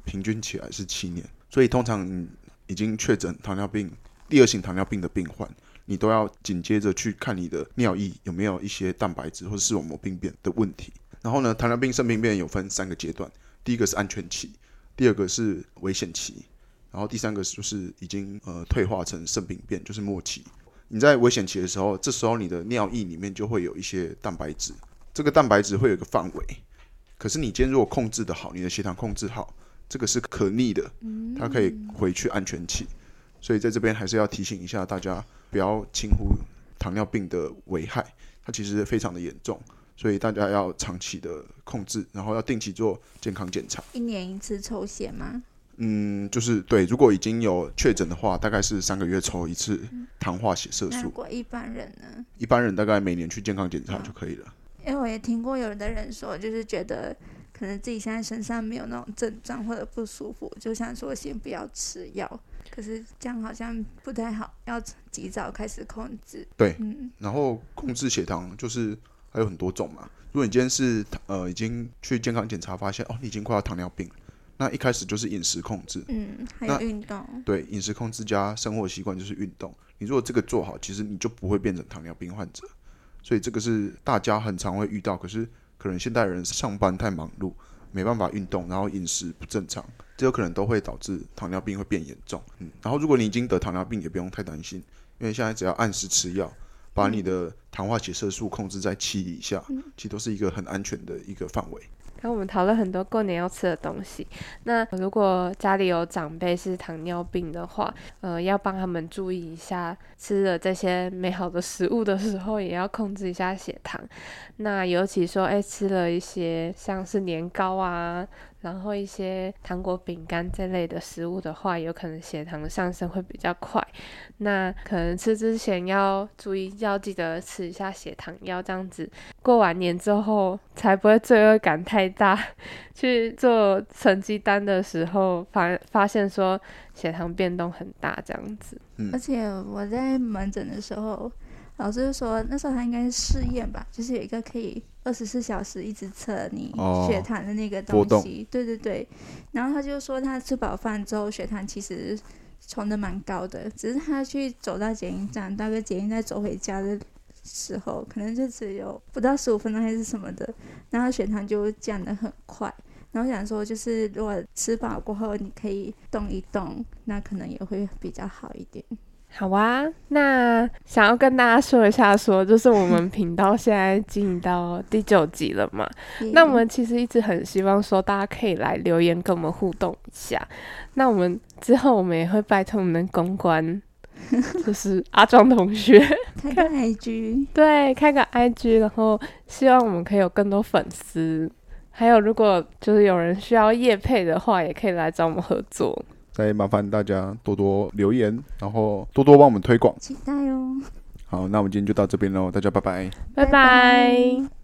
A: 平均起来是七年，所以通常你已经确诊糖尿病第二型糖尿病的病患。你都要紧接着去看你的尿液有没有一些蛋白质或者视网膜病变的问题。然后呢，糖尿病肾病变有分三个阶段，第一个是安全期，第二个是危险期，然后第三个就是已经呃退化成肾病变，就是末期。你在危险期的时候，这时候你的尿液里面就会有一些蛋白质，这个蛋白质会有一个范围。可是你今天如果控制的好，你的血糖控制好，这个是可逆的，它可以回去安全期。所以在这边还是要提醒一下大家，不要轻忽糖尿病的危害，它其实非常的严重，所以大家要长期的控制，然后要定期做健康检查。
C: 一年一次抽血吗？
A: 嗯，就是对，如果已经有确诊的话，大概是三个月抽一次糖化血色
C: 那
A: 素
C: 如，果一般人呢？
A: 一般人大概每年去健康检查就可以了。
C: 因为我也听过有的人说，就是觉得可能自己现在身上没有那种症状或者不舒服，就想说先不要吃药。可是这样好像不太好，要及早开始控制。
A: 对
C: 嗯，
A: 然后控制血糖就是还有很多种嘛。如果你今天是呃已经去健康检查发现哦你已经快要糖尿病了，那一开始就是饮食控制，
C: 嗯，还
A: 那
C: 有运动，
A: 对，饮食控制加生活习惯就是运动。你如果这个做好，其实你就不会变成糖尿病患者。所以这个是大家很常会遇到，可是可能现代人上班太忙碌，没办法运动，然后饮食不正常，这有可能都会导致糖尿病会变严重。嗯，然后如果你已经得糖尿病，也不用太担心，因为现在只要按时吃药，把你的糖化血色素控制在七以下，其实都是一个很安全的一个范围。
B: 刚我们讨论很多过年要吃的东西。那如果家里有长辈是糖尿病的话，呃，要帮他们注意一下，吃了这些美好的食物的时候，也要控制一下血糖。那尤其说，哎，吃了一些像是年糕啊，然后一些糖果、饼干这类的食物的话，有可能血糖上升会比较快。那可能吃之前要注意，要记得吃一下血糖药，这样子过完年之后才不会罪恶感太大， 去做成绩单的时候发发现说
D: 嗯
B: 血糖变动很大这样子。
C: 而且我在门诊的时候，老师就说那时候他应该是试验吧，就是有一个可以二十四小时一直测你
D: 哦
C: 血糖的那个
D: 波
C: 东
D: 动
C: 西，对对对。然后他就说他吃饱饭之后血糖其实冲的蛮高的，只是他去走到捷运站，大概捷运再走回家的时候，可能就只有不到十五分钟还是什么的，然后血糖就降得很快。然后想说，就是如果吃饱过后，你可以动一动，那可能也会比较好一点。
B: 好啊，那想要跟大家说一下说就是我们频道现在进行到第九集了嘛，
C: 嗯
B: 那我们其实一直很希望说，大家可以来留言跟我们互动一下。那我们之后我们也会拜托我们的公关，就是阿庄同学，
C: 看看 IG，
B: 对，开个 IG，然后希望我们可以有更多粉丝。还有，如果就是有人需要业配的话，也可以来找我们合作。
D: 再麻烦大家多多留言，然后多多帮我们推广。
C: 期待哦。
D: 好，那我们今天就到这边喽，大家拜拜。
B: 拜拜
C: 拜拜